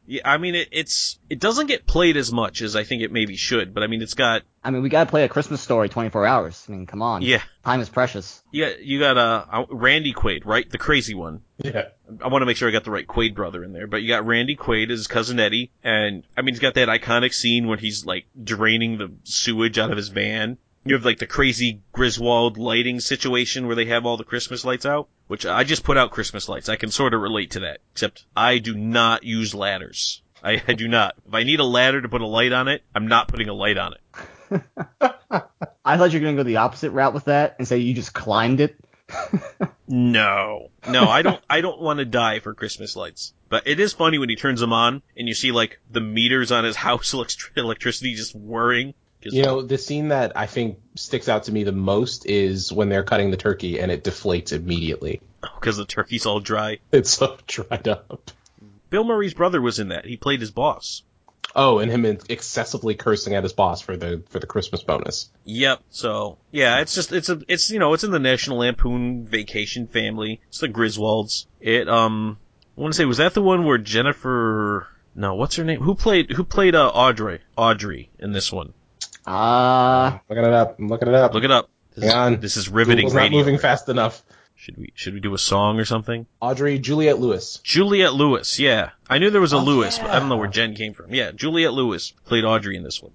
yeah, I mean it, it's it doesn't get played as much as I think it maybe should, but I mean it's got I mean, we gotta play a Christmas story 24 hours. I mean, come on. yeah, Time is precious. you got you got uh Randy Quaid, right? The crazy one. Yeah. I want to make sure I got the right Quaid brother in there, but you got Randy Quaid as cousin Eddie, and I mean he's got that iconic scene where he's like draining the sewage out of his van. You have like the crazy Griswold lighting situation where they have all the Christmas lights out, which I just put out Christmas lights. I can sort of relate to that, except I do not use ladders. I, I do not. If I need a ladder to put a light on it, I'm not putting a light on it. I thought you were gonna go the opposite route with that and say you just climbed it. No, no, I don't. I don't want to die for Christmas lights. But it is funny when he turns them on and you see like the meters on his house elect- electricity just whirring. 'Cause- You know, the scene that I think sticks out to me the most is when they're cutting the turkey and it deflates immediately. because the turkey's all dry. It's so dried up. Bill Murray's brother was in that. He played his boss. Oh, and him excessively cursing at his boss for the for the Christmas bonus. Yep. So yeah, it's just it's a it's you know it's in the National Lampoon Vacation family. It's the Griswolds. It um I want to say was that the one where Jennifer no what's her name who played who played uh, Audrey Audrey in this one? Uh, Looking it up. I'm looking it up. Look it up. This, is- Hang on. this is riveting Google's not radio. moving fast enough. Should we should we do a song or something? Audrey Juliet Lewis. Juliet Lewis, yeah. I knew there was a Oh, Lewis, but I don't know yeah. where Jen came from. Yeah, Juliet Lewis played Audrey in this one.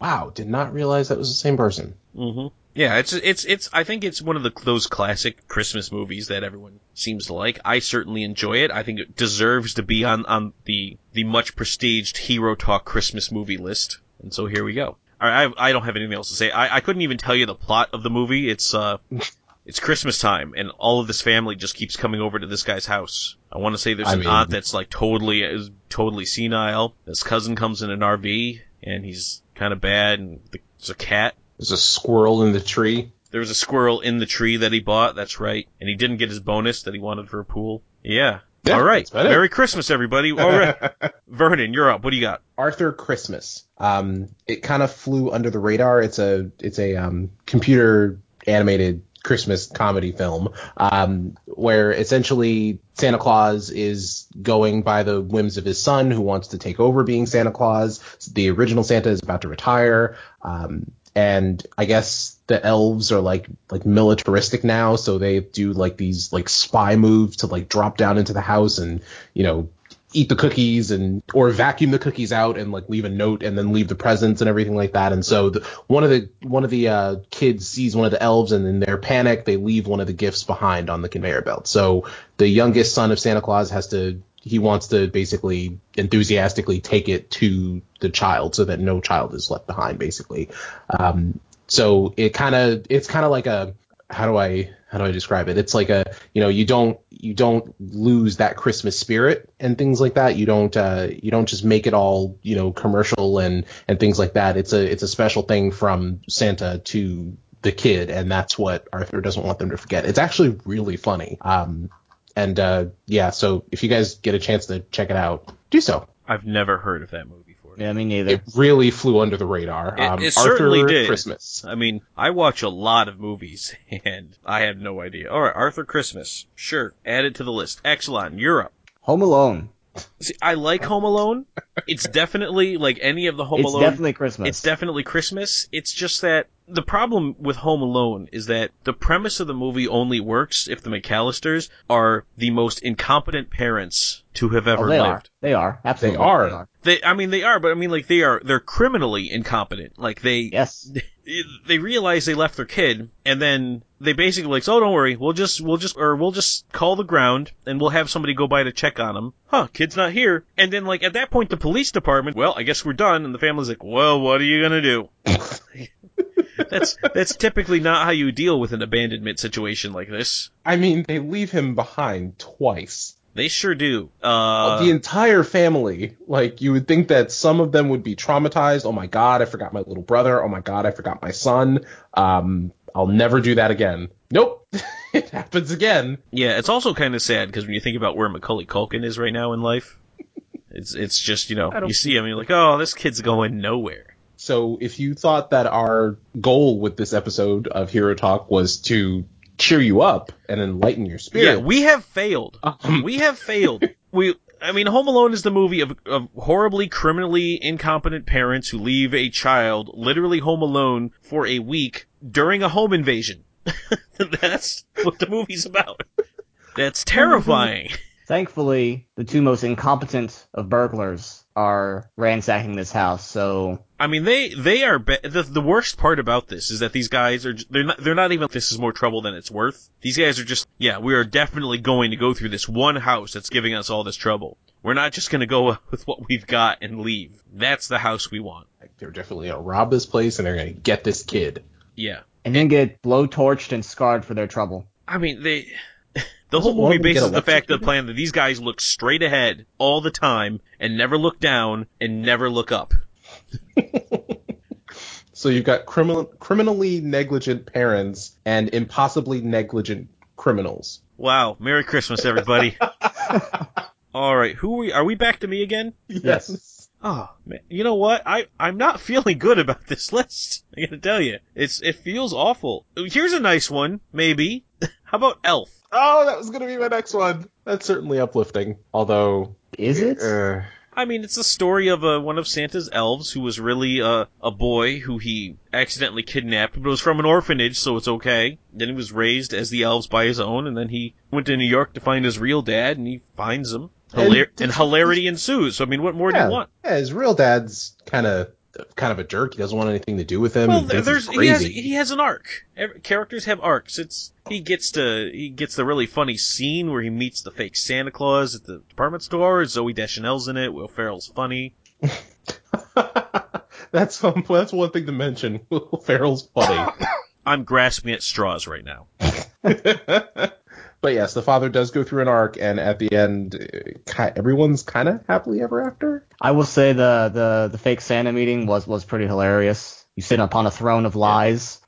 Wow, did not realize that was the same person. hmm Mm-hmm. Yeah, it's it's it's. I think it's one of the those classic Christmas movies that everyone seems to like. I certainly enjoy it. I think it deserves to be on on the the much prestiged Hero Talk Christmas movie list. And so here we go. All right, I, I don't have anything else to say. I, I couldn't even tell you the plot of the movie. It's uh, it's Christmas time, and all of this family just keeps coming over to this guy's house. I want to say there's I an mean- aunt that's like totally is totally senile. His cousin comes in an RV, and he's kind of bad, and the, there's a cat. There's a squirrel in the tree. There was a squirrel in the tree that he bought. That's right. And he didn't get his bonus that he wanted for a pool. Yeah. Yeah, All right. that's about it. Merry Christmas, everybody. All right. Vernon, you're up. What do you got? Arthur Christmas. Um, it kind of flew under the radar. It's a it's a um, computer animated Christmas comedy film um, where essentially Santa Claus is going by the whims of his son who wants to take over being Santa Claus. The original Santa is about to retire. Um, and I guess the elves are like like militaristic now, so they do like these like spy moves to like drop down into the house and you know eat the cookies and or vacuum the cookies out and like leave a note and then leave the presents and everything like that. And so the, one of the one of the uh, kids sees one of the elves and in their panic they leave one of the gifts behind on the conveyor belt. So the youngest son of Santa Claus has to he wants to basically enthusiastically take it to the child so that no child is left behind basically. Um, so it kind of it's kind of like a how do I how do I describe it? It's like a you know you don't you don't lose that Christmas spirit and things like that. You don't uh, you don't just make it all you know commercial and and things like that. It's a it's a special thing from Santa to the kid, and that's what Arthur doesn't want them to forget. It's actually really funny. Um, and uh, yeah, so if you guys get a chance to check it out, do so. I've never heard of that movie before. yeah, me neither. It really flew under the radar. It- um, it Arthur certainly did. Christmas. I mean, I watch a lot of movies and I have no idea. All right. Arthur Christmas. Sure. Add it to the list. Exelon, you're up. Home Alone. See, I like Home Alone. It's definitely like any of the Home it's Alone definitely Christmas. It's definitely Christmas. It's just that the problem with Home Alone is that the premise of the movie only works if the McAllisters are the most incompetent parents to have ever Oh, they lived. are. They are. Absolutely. are. They, I mean, they are, but I mean, like, they are, they're criminally incompetent. Like, they, Yes. they realize they left their kid, and then they basically like, oh, don't worry, we'll just, we'll just, or we'll just call the ground, and we'll have somebody go by to check on him. Huh, kid's not here. And then, like, at that point, the police department, well, I guess we're done, and the family's like, well, what are you gonna do? that's, that's typically not how you deal with an abandonment situation like this. I mean, they leave him behind twice. They sure do. Uh, the entire family. Like you would think that some of them would be traumatized. Oh my god, I forgot my little brother. Oh my god, I forgot my son. Um, I'll never do that again. Nope, it happens again. Yeah, it's also kind of sad because when you think about where Macaulay Culkin is right now in life, it's it's just you know you see him and you're like, oh, this kid's going nowhere. So if you thought that our goal with this episode of Hero Talk was to cheer you up and enlighten your Yeah, uh-huh. spirit, um, we have failed. we have failed. We. I mean, Home Alone is the movie of, of horribly criminally incompetent parents who leave a child literally home alone for a week during a home invasion. That's what the movie's about. That's terrifying. Thankfully, the two most incompetent of burglars are ransacking this house, so I mean, they they are be- the the worst part about this is that these guys are j- they're not they're not even this is more trouble than it's worth. These guys are just yeah, we are definitely going to go through this one house that's giving us all this trouble. We're not just going to go with what we've got and leave. That's the house we want. they're definitely gonna rob this place and they're gonna get this kid. Yeah, and then get blowtorched and scarred for their trouble. I mean they. The Doesn't whole one movie of them get bases on the fact of electrocuted? the plan that these guys look straight ahead all the time and never look down and never look up. So you've got criminal, criminally negligent parents and impossibly negligent criminals. Wow! Merry Christmas, everybody. all right, who are we? Are we back to me again? Yes. Oh, man. you know what? I I'm not feeling good about this list. I gotta tell you, it's it feels awful. Here's a nice one, maybe. How about Elf? Oh, that was going to be my next one. That's certainly uplifting. Although, Is it? uh, I mean, it's the story of uh, one of Santa's elves who was really uh, a boy who he accidentally kidnapped, but it was from an orphanage, so it's okay. Then he was raised as the elves by his own, and then he went to New York to find his real dad, and he finds him. And Hilar- did and you- hilarity ensues. So, I mean, what more do yeah, you want? yeah, his real dad's kind of kind of a jerk. He doesn't want anything to do with him. Well, and there- thinks he's there's he has crazy. he has an arc. Every, characters have arcs. It's he gets to he gets the really funny scene where he meets the fake Santa Claus at the department store. Zoe Deschanel's in it. Will Ferrell's funny. that's um, that's one thing to mention. Will Ferrell's funny. I'm grasping at straws right now. but yes, the father does go through an arc, and at the end, uh, ki- everyone's kind of happily ever after. I will say the, the, the fake Santa meeting was, was pretty hilarious. You sit upon a throne of lies.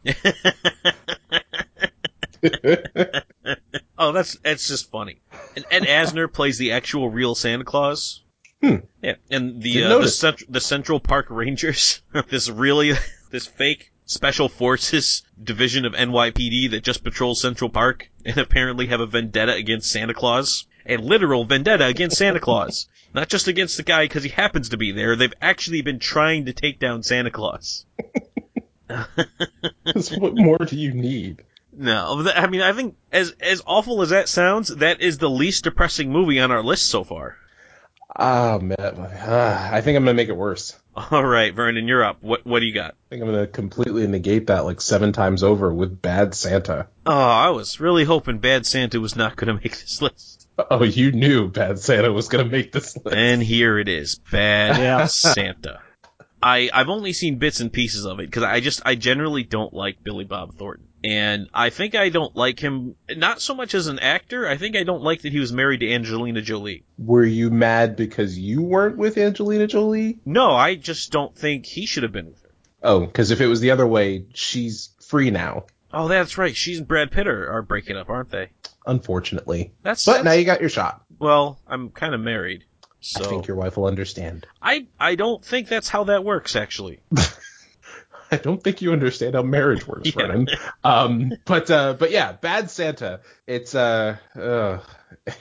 Oh, that's that's just funny. And Ed Asner plays the actual real Santa Claus. Yeah, and the Didn't uh, the, notice. cent- the Central Park Rangers, this really this fake special forces division of NYPD that just patrols Central Park and apparently have a vendetta against Santa Claus, a literal vendetta against Santa Claus, not just against the guy because he happens to be there. They've actually been trying to take down Santa Claus. So what more do you need? No, th- I mean I think as as awful as that sounds, that is the least depressing movie on our list so far. Ah, man, ah, I think I'm gonna make it worse. All right, Vernon, you're up. What what do you got? I think I'm gonna completely negate that like seven times over with Bad Santa. Oh, I was really hoping Bad Santa was not going to make this list. Oh, you knew Bad Santa was gonna make this list. And here it is, Bad Yeah. Santa. I I've only seen bits and pieces of it because I just I generally don't like Billy Bob Thornton, and I think I don't like him not so much as an actor. I think I don't like that he was married to Angelina Jolie. Were you mad because you weren't with Angelina Jolie? No, I just don't think he should have been with her. Oh, because if it was the other way, she's free now. Oh, that's right. She and Brad Pitt are, are breaking up, aren't they? Unfortunately, That's, but now that's- you got your shot. well, I'm kind of married, so I think your wife will understand. I I don't think that's how that works actually. I don't think you understand how marriage works, Yeah. Vernon. Um, but uh, but yeah, Bad Santa. It's uh, ugh.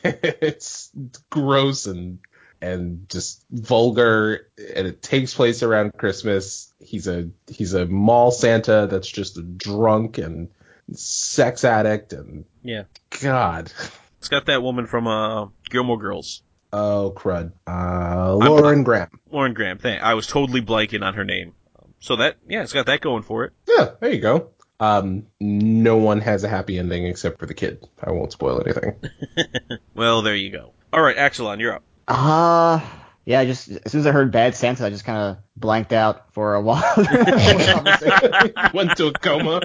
it's gross and and just vulgar, and it takes place around Christmas. He's a he's a mall Santa that's just a drunk and sex addict, and Yeah. God, It's got that woman from uh, Gilmore Girls. oh crud, uh, Lauren Graham. Lauren Graham. Thank. I was totally blanking on her name. Um, So that yeah, it's got that going for it. Yeah, there you go. Um, no one has a happy ending except for the kid. I won't spoil anything. Well, there you go. All right, Axelon, you're up. Uh yeah, just as soon as I heard Bad Santa, I just kind of blanked out for a while. Went to a coma.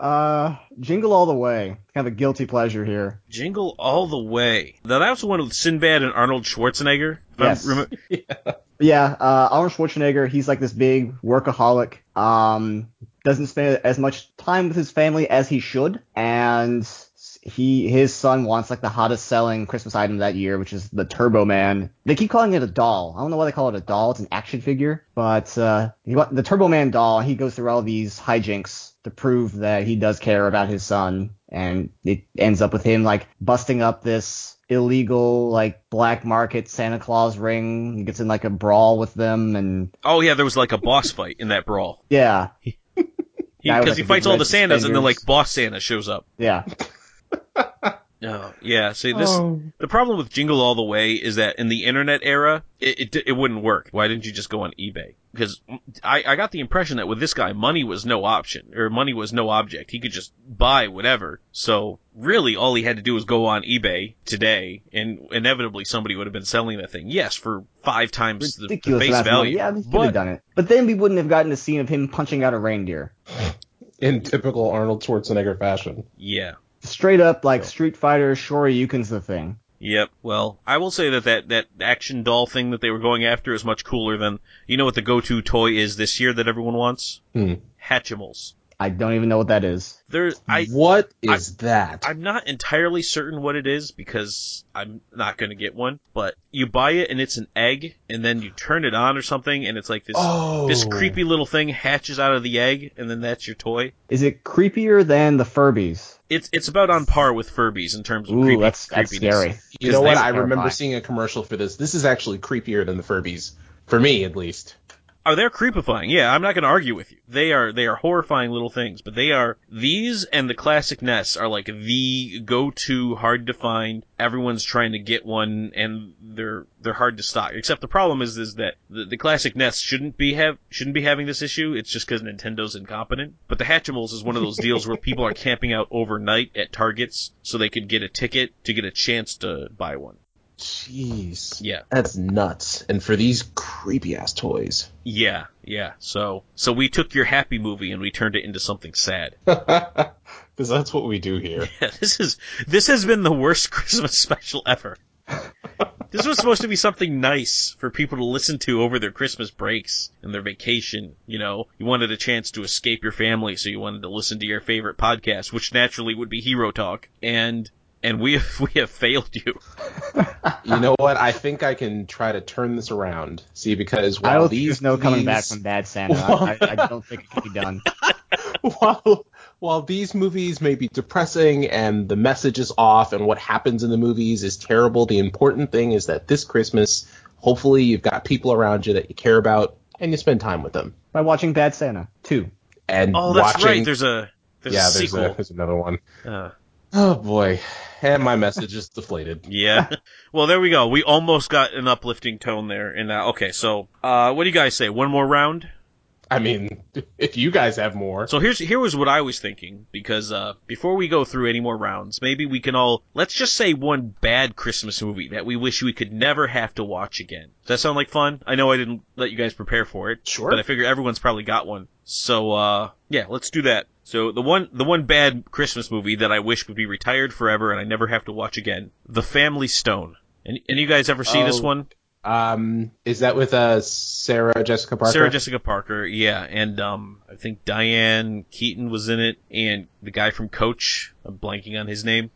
uh, Jingle All the Way, kind of a guilty pleasure here. Jingle all the way. Now that was the one with Sinbad and Arnold Schwarzenegger. if I'm Yes. remem- Yeah, uh, Arnold Schwarzenegger, he's like this big workaholic. Um, doesn't spend as much time with his family as he should, and he his son wants like the hottest selling Christmas item that year, which is the Turbo Man. They keep calling it a doll. I don't know why they call it a doll. It's an action figure, but uh, he want the Turbo Man doll. He goes through all these hijinks to prove that he does care about his son, and it ends up with him like busting up this illegal like black market Santa Claus ring. He gets in like a brawl with them and oh yeah, there was like a boss fight in that brawl yeah, Guy with, because like, he, the fights big all red the Santas and then suspenders. like boss Santa shows up. yeah. Oh yeah. See this. The problem with Jingle All the Way is that in the internet era, it it, it wouldn't work. Why didn't you just go on eBay? Because I, I got the impression that with this guy, money was no option or money was no object. He could just buy whatever. So really, all he had to do was go on eBay today, and inevitably somebody would have been selling that thing. Yes, for five times the, the Ridiculous face amount of money. value. Yeah, he could have but done it. But then we wouldn't have gotten the scene of him punching out a reindeer. In typical Arnold Schwarzenegger fashion. yeah. Straight up like Street Fighter Shoryuken's the thing. Yep. Well, I will say that, that that action doll thing that they were going after is much cooler than you know what the go-to toy is this year that everyone wants? Hmm. Hatchimals. I don't even know what that is. There, I what is that? I'm not entirely certain what it is because I'm not going to get one, but you buy it and it's an egg and then you turn it on or something and it's like this oh, this creepy little thing hatches out of the egg and then that's your toy. Is it creepier than the Furbies? It's it's about on par with Furbies in terms of Ooh, creepy, that's that's creepiness. scary. You know what? they I were remember terrifying. seeing a commercial for this. This is actually creepier than the Furbies, for me at least. Oh, they're creepifying. Yeah, I'm not going to argue with you. They are they are horrifying little things, but they are these and the classic nests are like the go-to hard to find. Everyone's trying to get one, and they're they're hard to stock. Except the problem is is that the, the classic nests shouldn't be have shouldn't be having this issue. It's just because Nintendo's incompetent. But the Hatchimals is one of those deals where people are camping out overnight at Targets so they could get a ticket to get a chance to buy one. Jeez. Yeah. That's nuts. And for these creepy ass toys. Yeah, yeah. So, so we took your happy movie and we turned it into something sad. Because that's what we do here. Yeah, this is this has been the worst Christmas special ever. this was supposed to be something nice for people to listen to over their Christmas breaks and their vacation. You know, you wanted a chance to escape your family, so you wanted to listen to your favorite podcast, which naturally would be Hero Talk. And and we have we have failed you. you know what? I think I can try to turn this around. See, because I while don't think these there's no coming these- back from Bad Santa. I, I, I don't think it can be done. while while these movies may be depressing and the message is off and what happens in the movies is terrible, the important thing is that this Christmas, hopefully you've got people around you that you care about and you spend time with them. By watching Bad Santa two. And Oh, that's watching, right. There's a there's yeah, a there's, sequel. a, there's another one. Uh, Oh boy, and my message is deflated. Yeah. well, there we go. We almost got an uplifting tone there. And uh, okay, so uh, what do you guys say? One more round. I mean, if you guys have more, So here's here was what I was thinking because uh, before we go through any more rounds, maybe we can all let's just say one bad Christmas movie that we wish we could never have to watch again. Does that sound like fun? I know I didn't let you guys prepare for it, Sure. but I figure everyone's probably got one. So uh, yeah, let's do that. So the one the one bad Christmas movie that I wish would be retired forever and I never have to watch again, The Family Stone. And, and you guys ever see this Oh, one? um, is that with uh Sarah Jessica Parker? Sarah Jessica Parker, yeah, and um, I think Diane Keaton was in it, and the guy from Coach, I'm blanking on his name.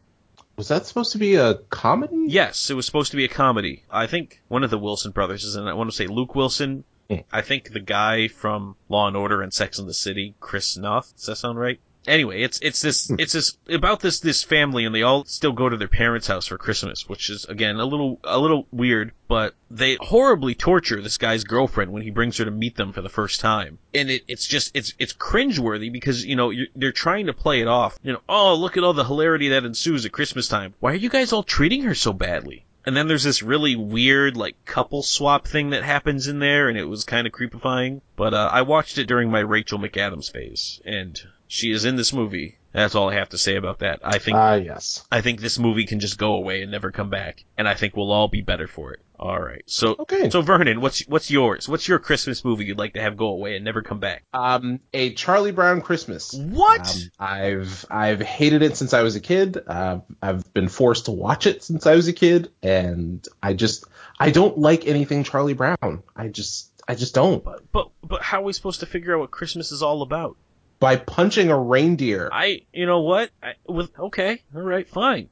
was that supposed to be a comedy? Yes, it was supposed to be a comedy. I think one of the Wilson brothers is in it. I want to say Luke Wilson. Hmm. I think the guy from Law and Order and Sex and the City, Chris Noth. Does that sound right? anyway, it's it's this it's this about this this family, and they all still go to their parents' house for Christmas, which is again a little a little weird. But they horribly torture this guy's girlfriend when he brings her to meet them for the first time, and it, it's just it's it's cringeworthy because you know you're, they're trying to play it off. You know, oh look at all the hilarity that ensues at Christmas time. Why are you guys all treating her so badly? And then there's this really weird, like, couple swap thing that happens in there, and it was kind of creepifying. But uh, I watched it during my Rachel McAdams phase, and she is in this movie. That's all I have to say about that. I think Ah, yes. I think this movie can just go away and never come back, and I think we'll all be better for it. All right. So Okay. so Vernon, what's what's yours? What's your Christmas movie you'd like to have go away and never come back? Um, a Charlie Brown Christmas. What? Um, I've I've hated it since I was a kid. Uh, I've been forced to watch it since I was a kid, and I just I don't like anything Charlie Brown. I just I just don't. but but how are we supposed to figure out what Christmas is all about? By punching a reindeer, I you know what? I, with okay, all right, fine.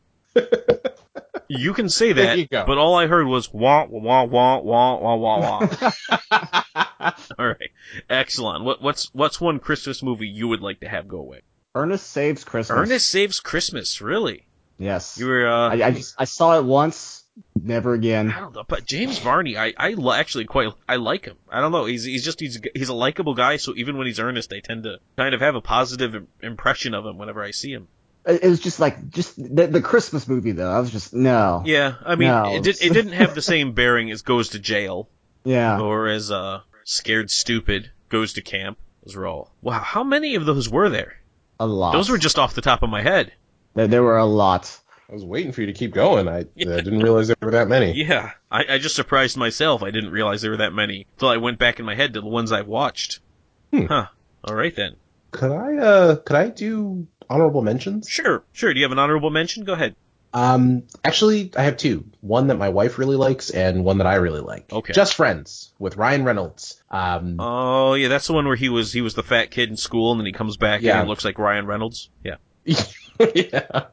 you can say that, There you go. but all I heard was wah wah wah wah wah wah wah. all right, excellent. What what's what's one Christmas movie you would like to have go away? Ernest Saves Christmas. Ernest Saves Christmas, really? Yes. You were uh, I, I just I saw it once, never again. I don't know, but James Varney, I, I li- actually quite I like him. I don't know, he's he's just he's he's a likable guy, so even when he's earnest, I tend to kind of have a positive im- impression of him whenever I see him. It, it was just like just the, the Christmas movie though. I was just no. Yeah, I mean, No, it, did, it's- it didn't have the same bearing as Goes to Jail Yeah. or as uh Scared Stupid Goes to Camp. Those were all wow. How many of those were there? A lot. Those were just off the top of my head. there, there were a lot. I was waiting for you to keep going. I, I didn't realize there were that many. Yeah, I, I just surprised myself. I didn't realize there were that many until I went back in my head to the ones I watched. Hmm. Huh. All right then. Could I uh could I do honorable mentions? Sure, sure. Do you have an honorable mention? Go ahead. Um, actually, I have two. One that my wife really likes, and one that I really like. Okay. Just Friends with Ryan Reynolds. Um, Oh yeah, that's the one where he was he was the fat kid in school, and then he comes back Yeah. and he looks like Ryan Reynolds. Yeah. yeah.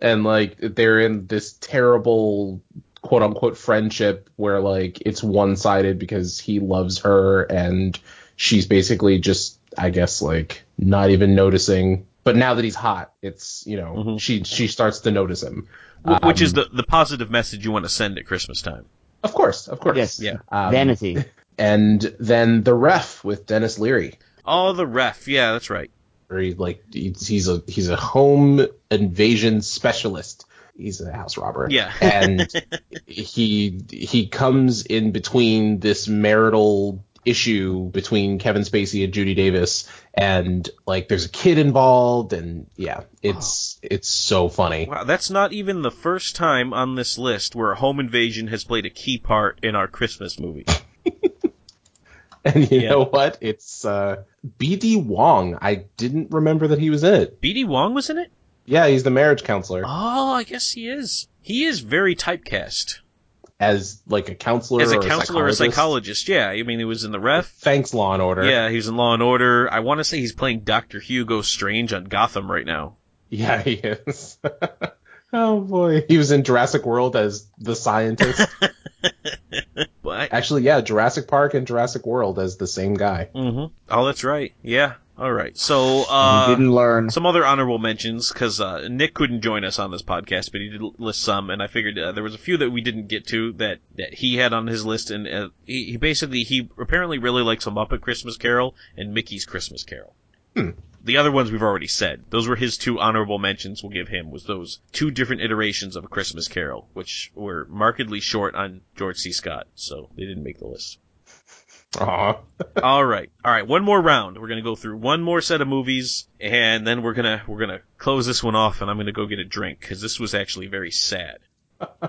And like they're in this terrible quote unquote friendship where like it's one sided because he loves her and she's basically just I guess like not even noticing. But now that he's hot, it's you know Mhm. she she starts to notice him. Wh- Which Um, is the, the positive message you want to send at Christmas time. of course, of course. Yes. Yeah. Um, Vanity. and then the ref with Dennis Leary. Oh, the ref. Yeah, that's right. Where he like he's he's a he's a home invasion specialist. He's a house robber. Yeah. and he he comes in between this marital issue between Kevin Spacey and Judy Davis and like there's a kid involved and yeah it's it's so funny Wow, that's not even the first time on this list where home invasion has played a key part in our Christmas movie. and you Yeah. know what it's uh BD Wong I didn't remember that he was in it BD Wong was in it? yeah he's the marriage counselor Oh, I guess he is. He is very typecast. as like a counselor As a or counselor or a psychologist. psychologist, yeah. I mean, he was in The Ref. Thanks, Law and Order. Yeah, he was in Law and Order. I want to say he's playing Dr. Hugo Strange on Gotham right now. Yeah, he is. oh boy. He was in Jurassic World as the scientist. But Actually, yeah, Jurassic Park and Jurassic World as the same guy. hmm Oh, that's right. Yeah. All right. So, You uh, didn't learn. some other honorable mentions because uh, Nick couldn't join us on this podcast, but he did list some, and I figured uh, there was a few that we didn't get to that that he had on his list, and uh, he, he basically he apparently really likes a Muppet Christmas Carol and Mickey's Christmas Carol. The other ones we've already said; those were his two honorable mentions. We'll give him was those two different iterations of a Christmas Carol, which were markedly short on George C. Scott, so they didn't make the list. Uh-huh. Aw. All right, all right. One more round. We're gonna go through one more set of movies, and then we're gonna we're gonna close this one off. And I'm gonna go get a drink because this was actually very sad.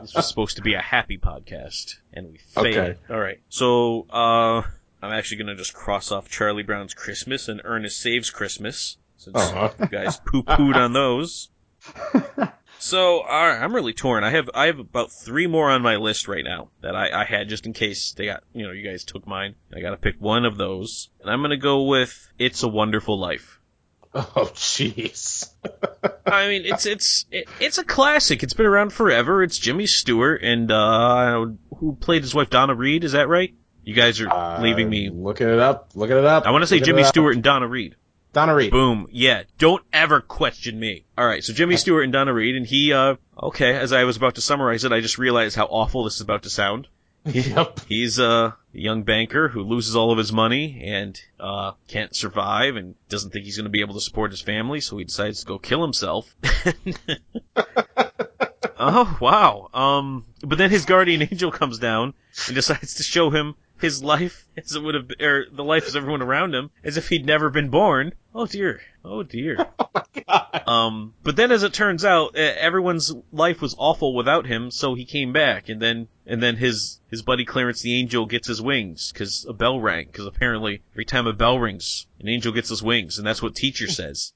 this was supposed to be a happy podcast, and we failed. Okay. All right. So uh, I'm actually gonna just cross off Charlie Brown's Christmas and Ernest Saves Christmas since Uh-huh. you guys poo pooed on those. So all right, I'm really torn. I have I have about three more on my list right now that I, I had just in case they got you know you guys took mine. I got to pick one of those, and I'm gonna go with "It's a Wonderful Life." Oh, jeez. I mean, it's it's it, it's a classic. It's been around forever. It's Jimmy Stewart and uh, who played his wife Donna Reed. Is that right? You guys are leaving Uh, me. Looking it up. Looking it up. I want to say looking Jimmy it up. Stewart and Donna Reed. Donna Reed. Boom. Yeah. Don't ever question me. All right. So Jimmy Stewart and Donna Reed, and he, uh, okay, as I was about to summarize it, I just realized how awful this is about to sound. Yep. He's a young banker who loses all of his money and uh, can't survive and doesn't think he's going to be able to support his family, so he decides to go kill himself. oh wow! Um, but then his guardian angel comes down and decides to show him his life as it would have, or the life of everyone around him, as if he'd never been born. Oh dear! Oh dear! Um, but then, as it turns out, e- everyone's life was awful without him, so he came back, and then and then his his buddy Clarence the Angel gets his wings because a bell rang. Because apparently, every time a bell rings, an angel gets his wings, and that's what Teacher says.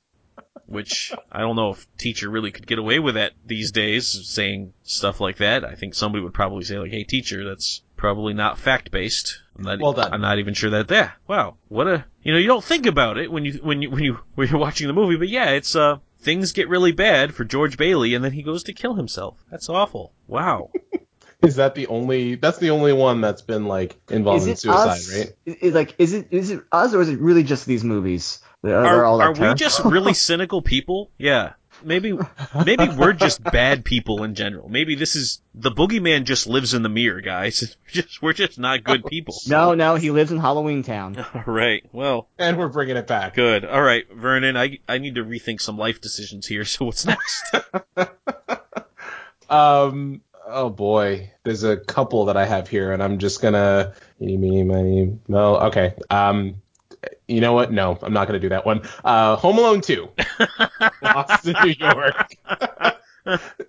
Which I don't know if Teacher really could get away with that these days, saying stuff like that. I think somebody would probably say like, "Hey, Teacher, that's." Probably not fact based. I'm not, e- Well done. I'm not even sure that. Yeah. Wow. What a. You know, you don't think about it when you when you when you when you're watching the movie, but yeah, it's uh things get really bad for George Bailey, and then he goes to kill himself. That's awful. Wow. Is that the only? That's the only one that's been like involved in suicide, us? right? i- i- like, is it is it us or is it really just these movies? They're, are they're all are like we just really cynical people? Yeah. Maybe maybe we're just bad people in general. Maybe this is the boogeyman just lives in the mirror, guys. We're just we're just not good people. No, no, he lives in Halloween Town. All right. Well, And we're bringing it back. good. All right, Vernon, I I need to rethink some life decisions here. So what's next? Um. Oh boy, there's a couple that I have here, and I'm just gonna. Eeny, meeny, miny, no. Okay. Um. You know what? No, I'm not gonna do that one. Uh, Home Alone Two. Lost in New York.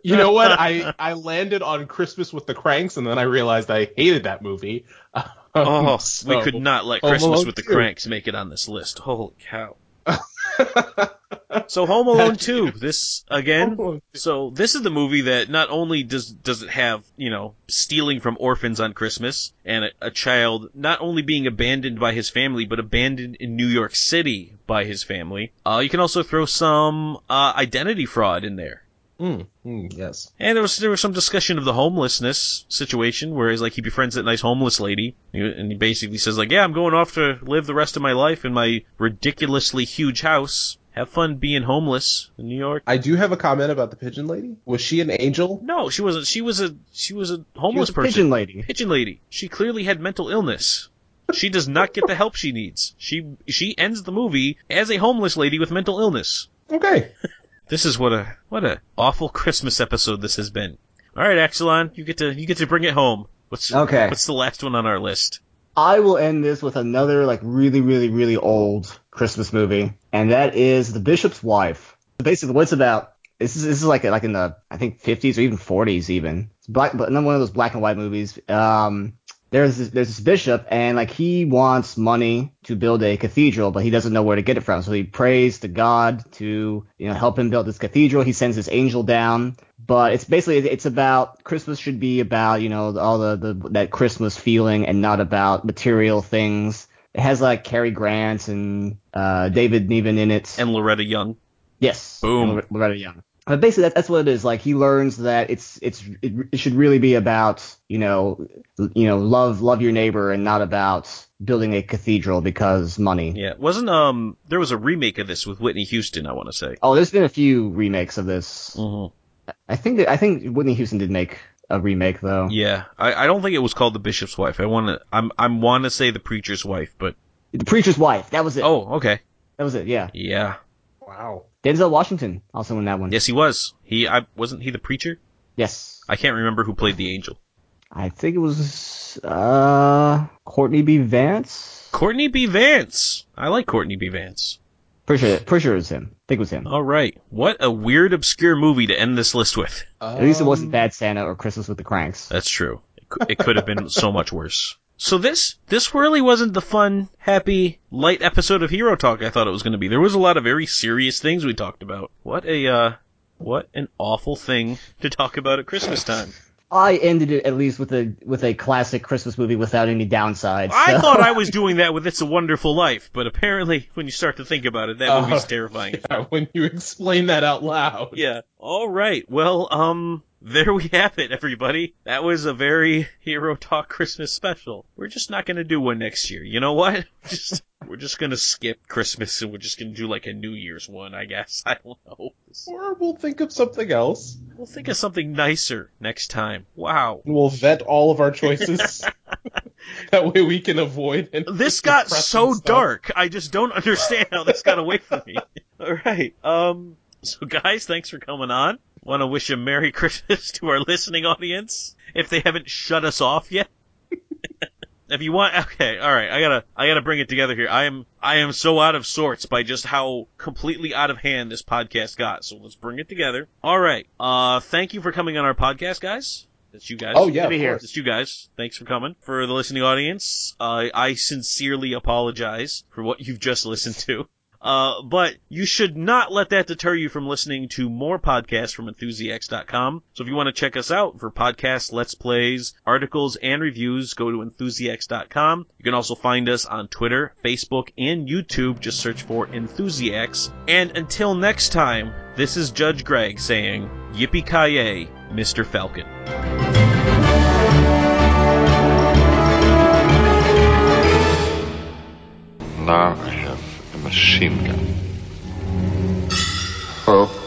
you know what? I I landed on Christmas with the Cranks, and then I realized I hated that movie. Um, Oh, we so- could not let Home Christmas Alone with the 2. Cranks make it on this list. Holy cow. so Home Alone 2, this Home Alone again. 2. So this is the movie that not only does does it have, you know, stealing from orphans on Christmas and a, a child not only being abandoned by his family but abandoned in New York City by his family. Uh you can also throw some uh identity fraud in there. Mm, mm, yes. And there was there was some discussion of the homelessness situation, whereas like he befriends that nice homeless lady, and he- and he basically says like, "Yeah, I'm going off to live the rest of my life in my ridiculously huge house. Have fun being homeless in New York." I do have a comment about the pigeon lady. Was she an angel? No, she wasn't. She was a she was a She homeless was a person. pigeon lady. Pigeon lady. She clearly had mental illness. She does not get the help she needs. She she ends the movie as a homeless lady with mental illness. Okay. This is what a what a awful Christmas episode this has been. All right, Axelon, you get to you get to bring it home. What's Okay. What's the last one on our list? I will end this with another like really, really, really old Christmas movie, and that is The Bishop's Wife. Basically, what it's about this is this is like like in the I think 50s or even 40s even. It's black, but another one of those black and white movies. Um, there's this, there's this bishop and like he wants money to build a cathedral, but he doesn't know where to get it from. So he prays to God to you know help him build this cathedral. He sends his angel down, but it's basically it's about Christmas should be about you know all the, the that Christmas feeling and not about material things. It has like Cary Grant and uh, David Niven in it. And Loretta Young. Yes. Boom. And Lore- Loretta Young. But basically, that, that's what it is. Like he learns that it's it's it, it should really be about you know l- you know love love your neighbor and not about building a cathedral because money. Yeah, wasn't um there was a remake of this with Whitney Houston? I want to say. Oh, there's been a few remakes of this. Mm-hmm. I think that, I think Whitney Houston did make a remake though. Yeah, I, I don't think it was called the Bishop's Wife. I want to I'm I'm want to say the Preacher's Wife, but The Preacher's Wife. That was it. oh okay That was it. Yeah. yeah Wow. Denzel Washington also in that one. yes he was he I wasn't he the preacher Yes. I can't remember who played the angel I think it was uh Courtney B. Vance. Courtney B Vance I like Courtney B Vance Pretty sure, pretty sure it was him. I think it was him. all right what a weird obscure movie to end this list with At least it wasn't Um, Bad Santa or Christmas with the Cranks. That's true. It cou- It could have been so much worse. So this this really wasn't the fun, happy, light episode of Hero Talk I thought it was going to be. There was a lot of very serious things we talked about. What a uh, what an awful thing to talk about at Christmas time. I ended it at least with a with a classic Christmas movie without any downsides. I so- thought I was doing that with It's a Wonderful Life, but apparently when you start to think about it, that Oh. movie's terrifying. Yeah, when you explain that out loud. Yeah. All right. Well, um, there we have it, everybody. That was a very Hero Talk Christmas special. We're just not going to do one next year. You know what? Just We're just gonna skip Christmas and we're just gonna do like a New Year's one, I guess. I don't know. Or we'll think of something else. We'll think of something nicer next time. Wow. We'll vet all of our choices. that way we can avoid. any This got depressing so stuff. dark. I just don't understand how this got away from me. All right. Um. So, guys, thanks for coming on. Want to wish a Merry Christmas to our listening audience if they haven't shut us off yet. if you want, okay, all right. I gotta, I gotta bring it together here. I am, I am so out of sorts by just how completely out of hand this podcast got. So let's bring it together. All right. Uh, thank you for coming on our podcast, guys. That's you guys. Oh yeah, Maybe of here. course. It's you guys. Thanks for coming. For the listening audience, uh, I sincerely apologize for what you've just listened to. Uh, but you should not let that deter you from listening to more podcasts from enthusiacs.com. So if you want to check us out for podcasts, let's plays, articles, and reviews, go to enthusiacs.com. You can also find us on Twitter, Facebook, and YouTube. Just search for Enthusiacs. And until next time, this is Judge Greg saying, Yippee-ki-yay, Mr. Falcon. Now I have a machine gun. Oh.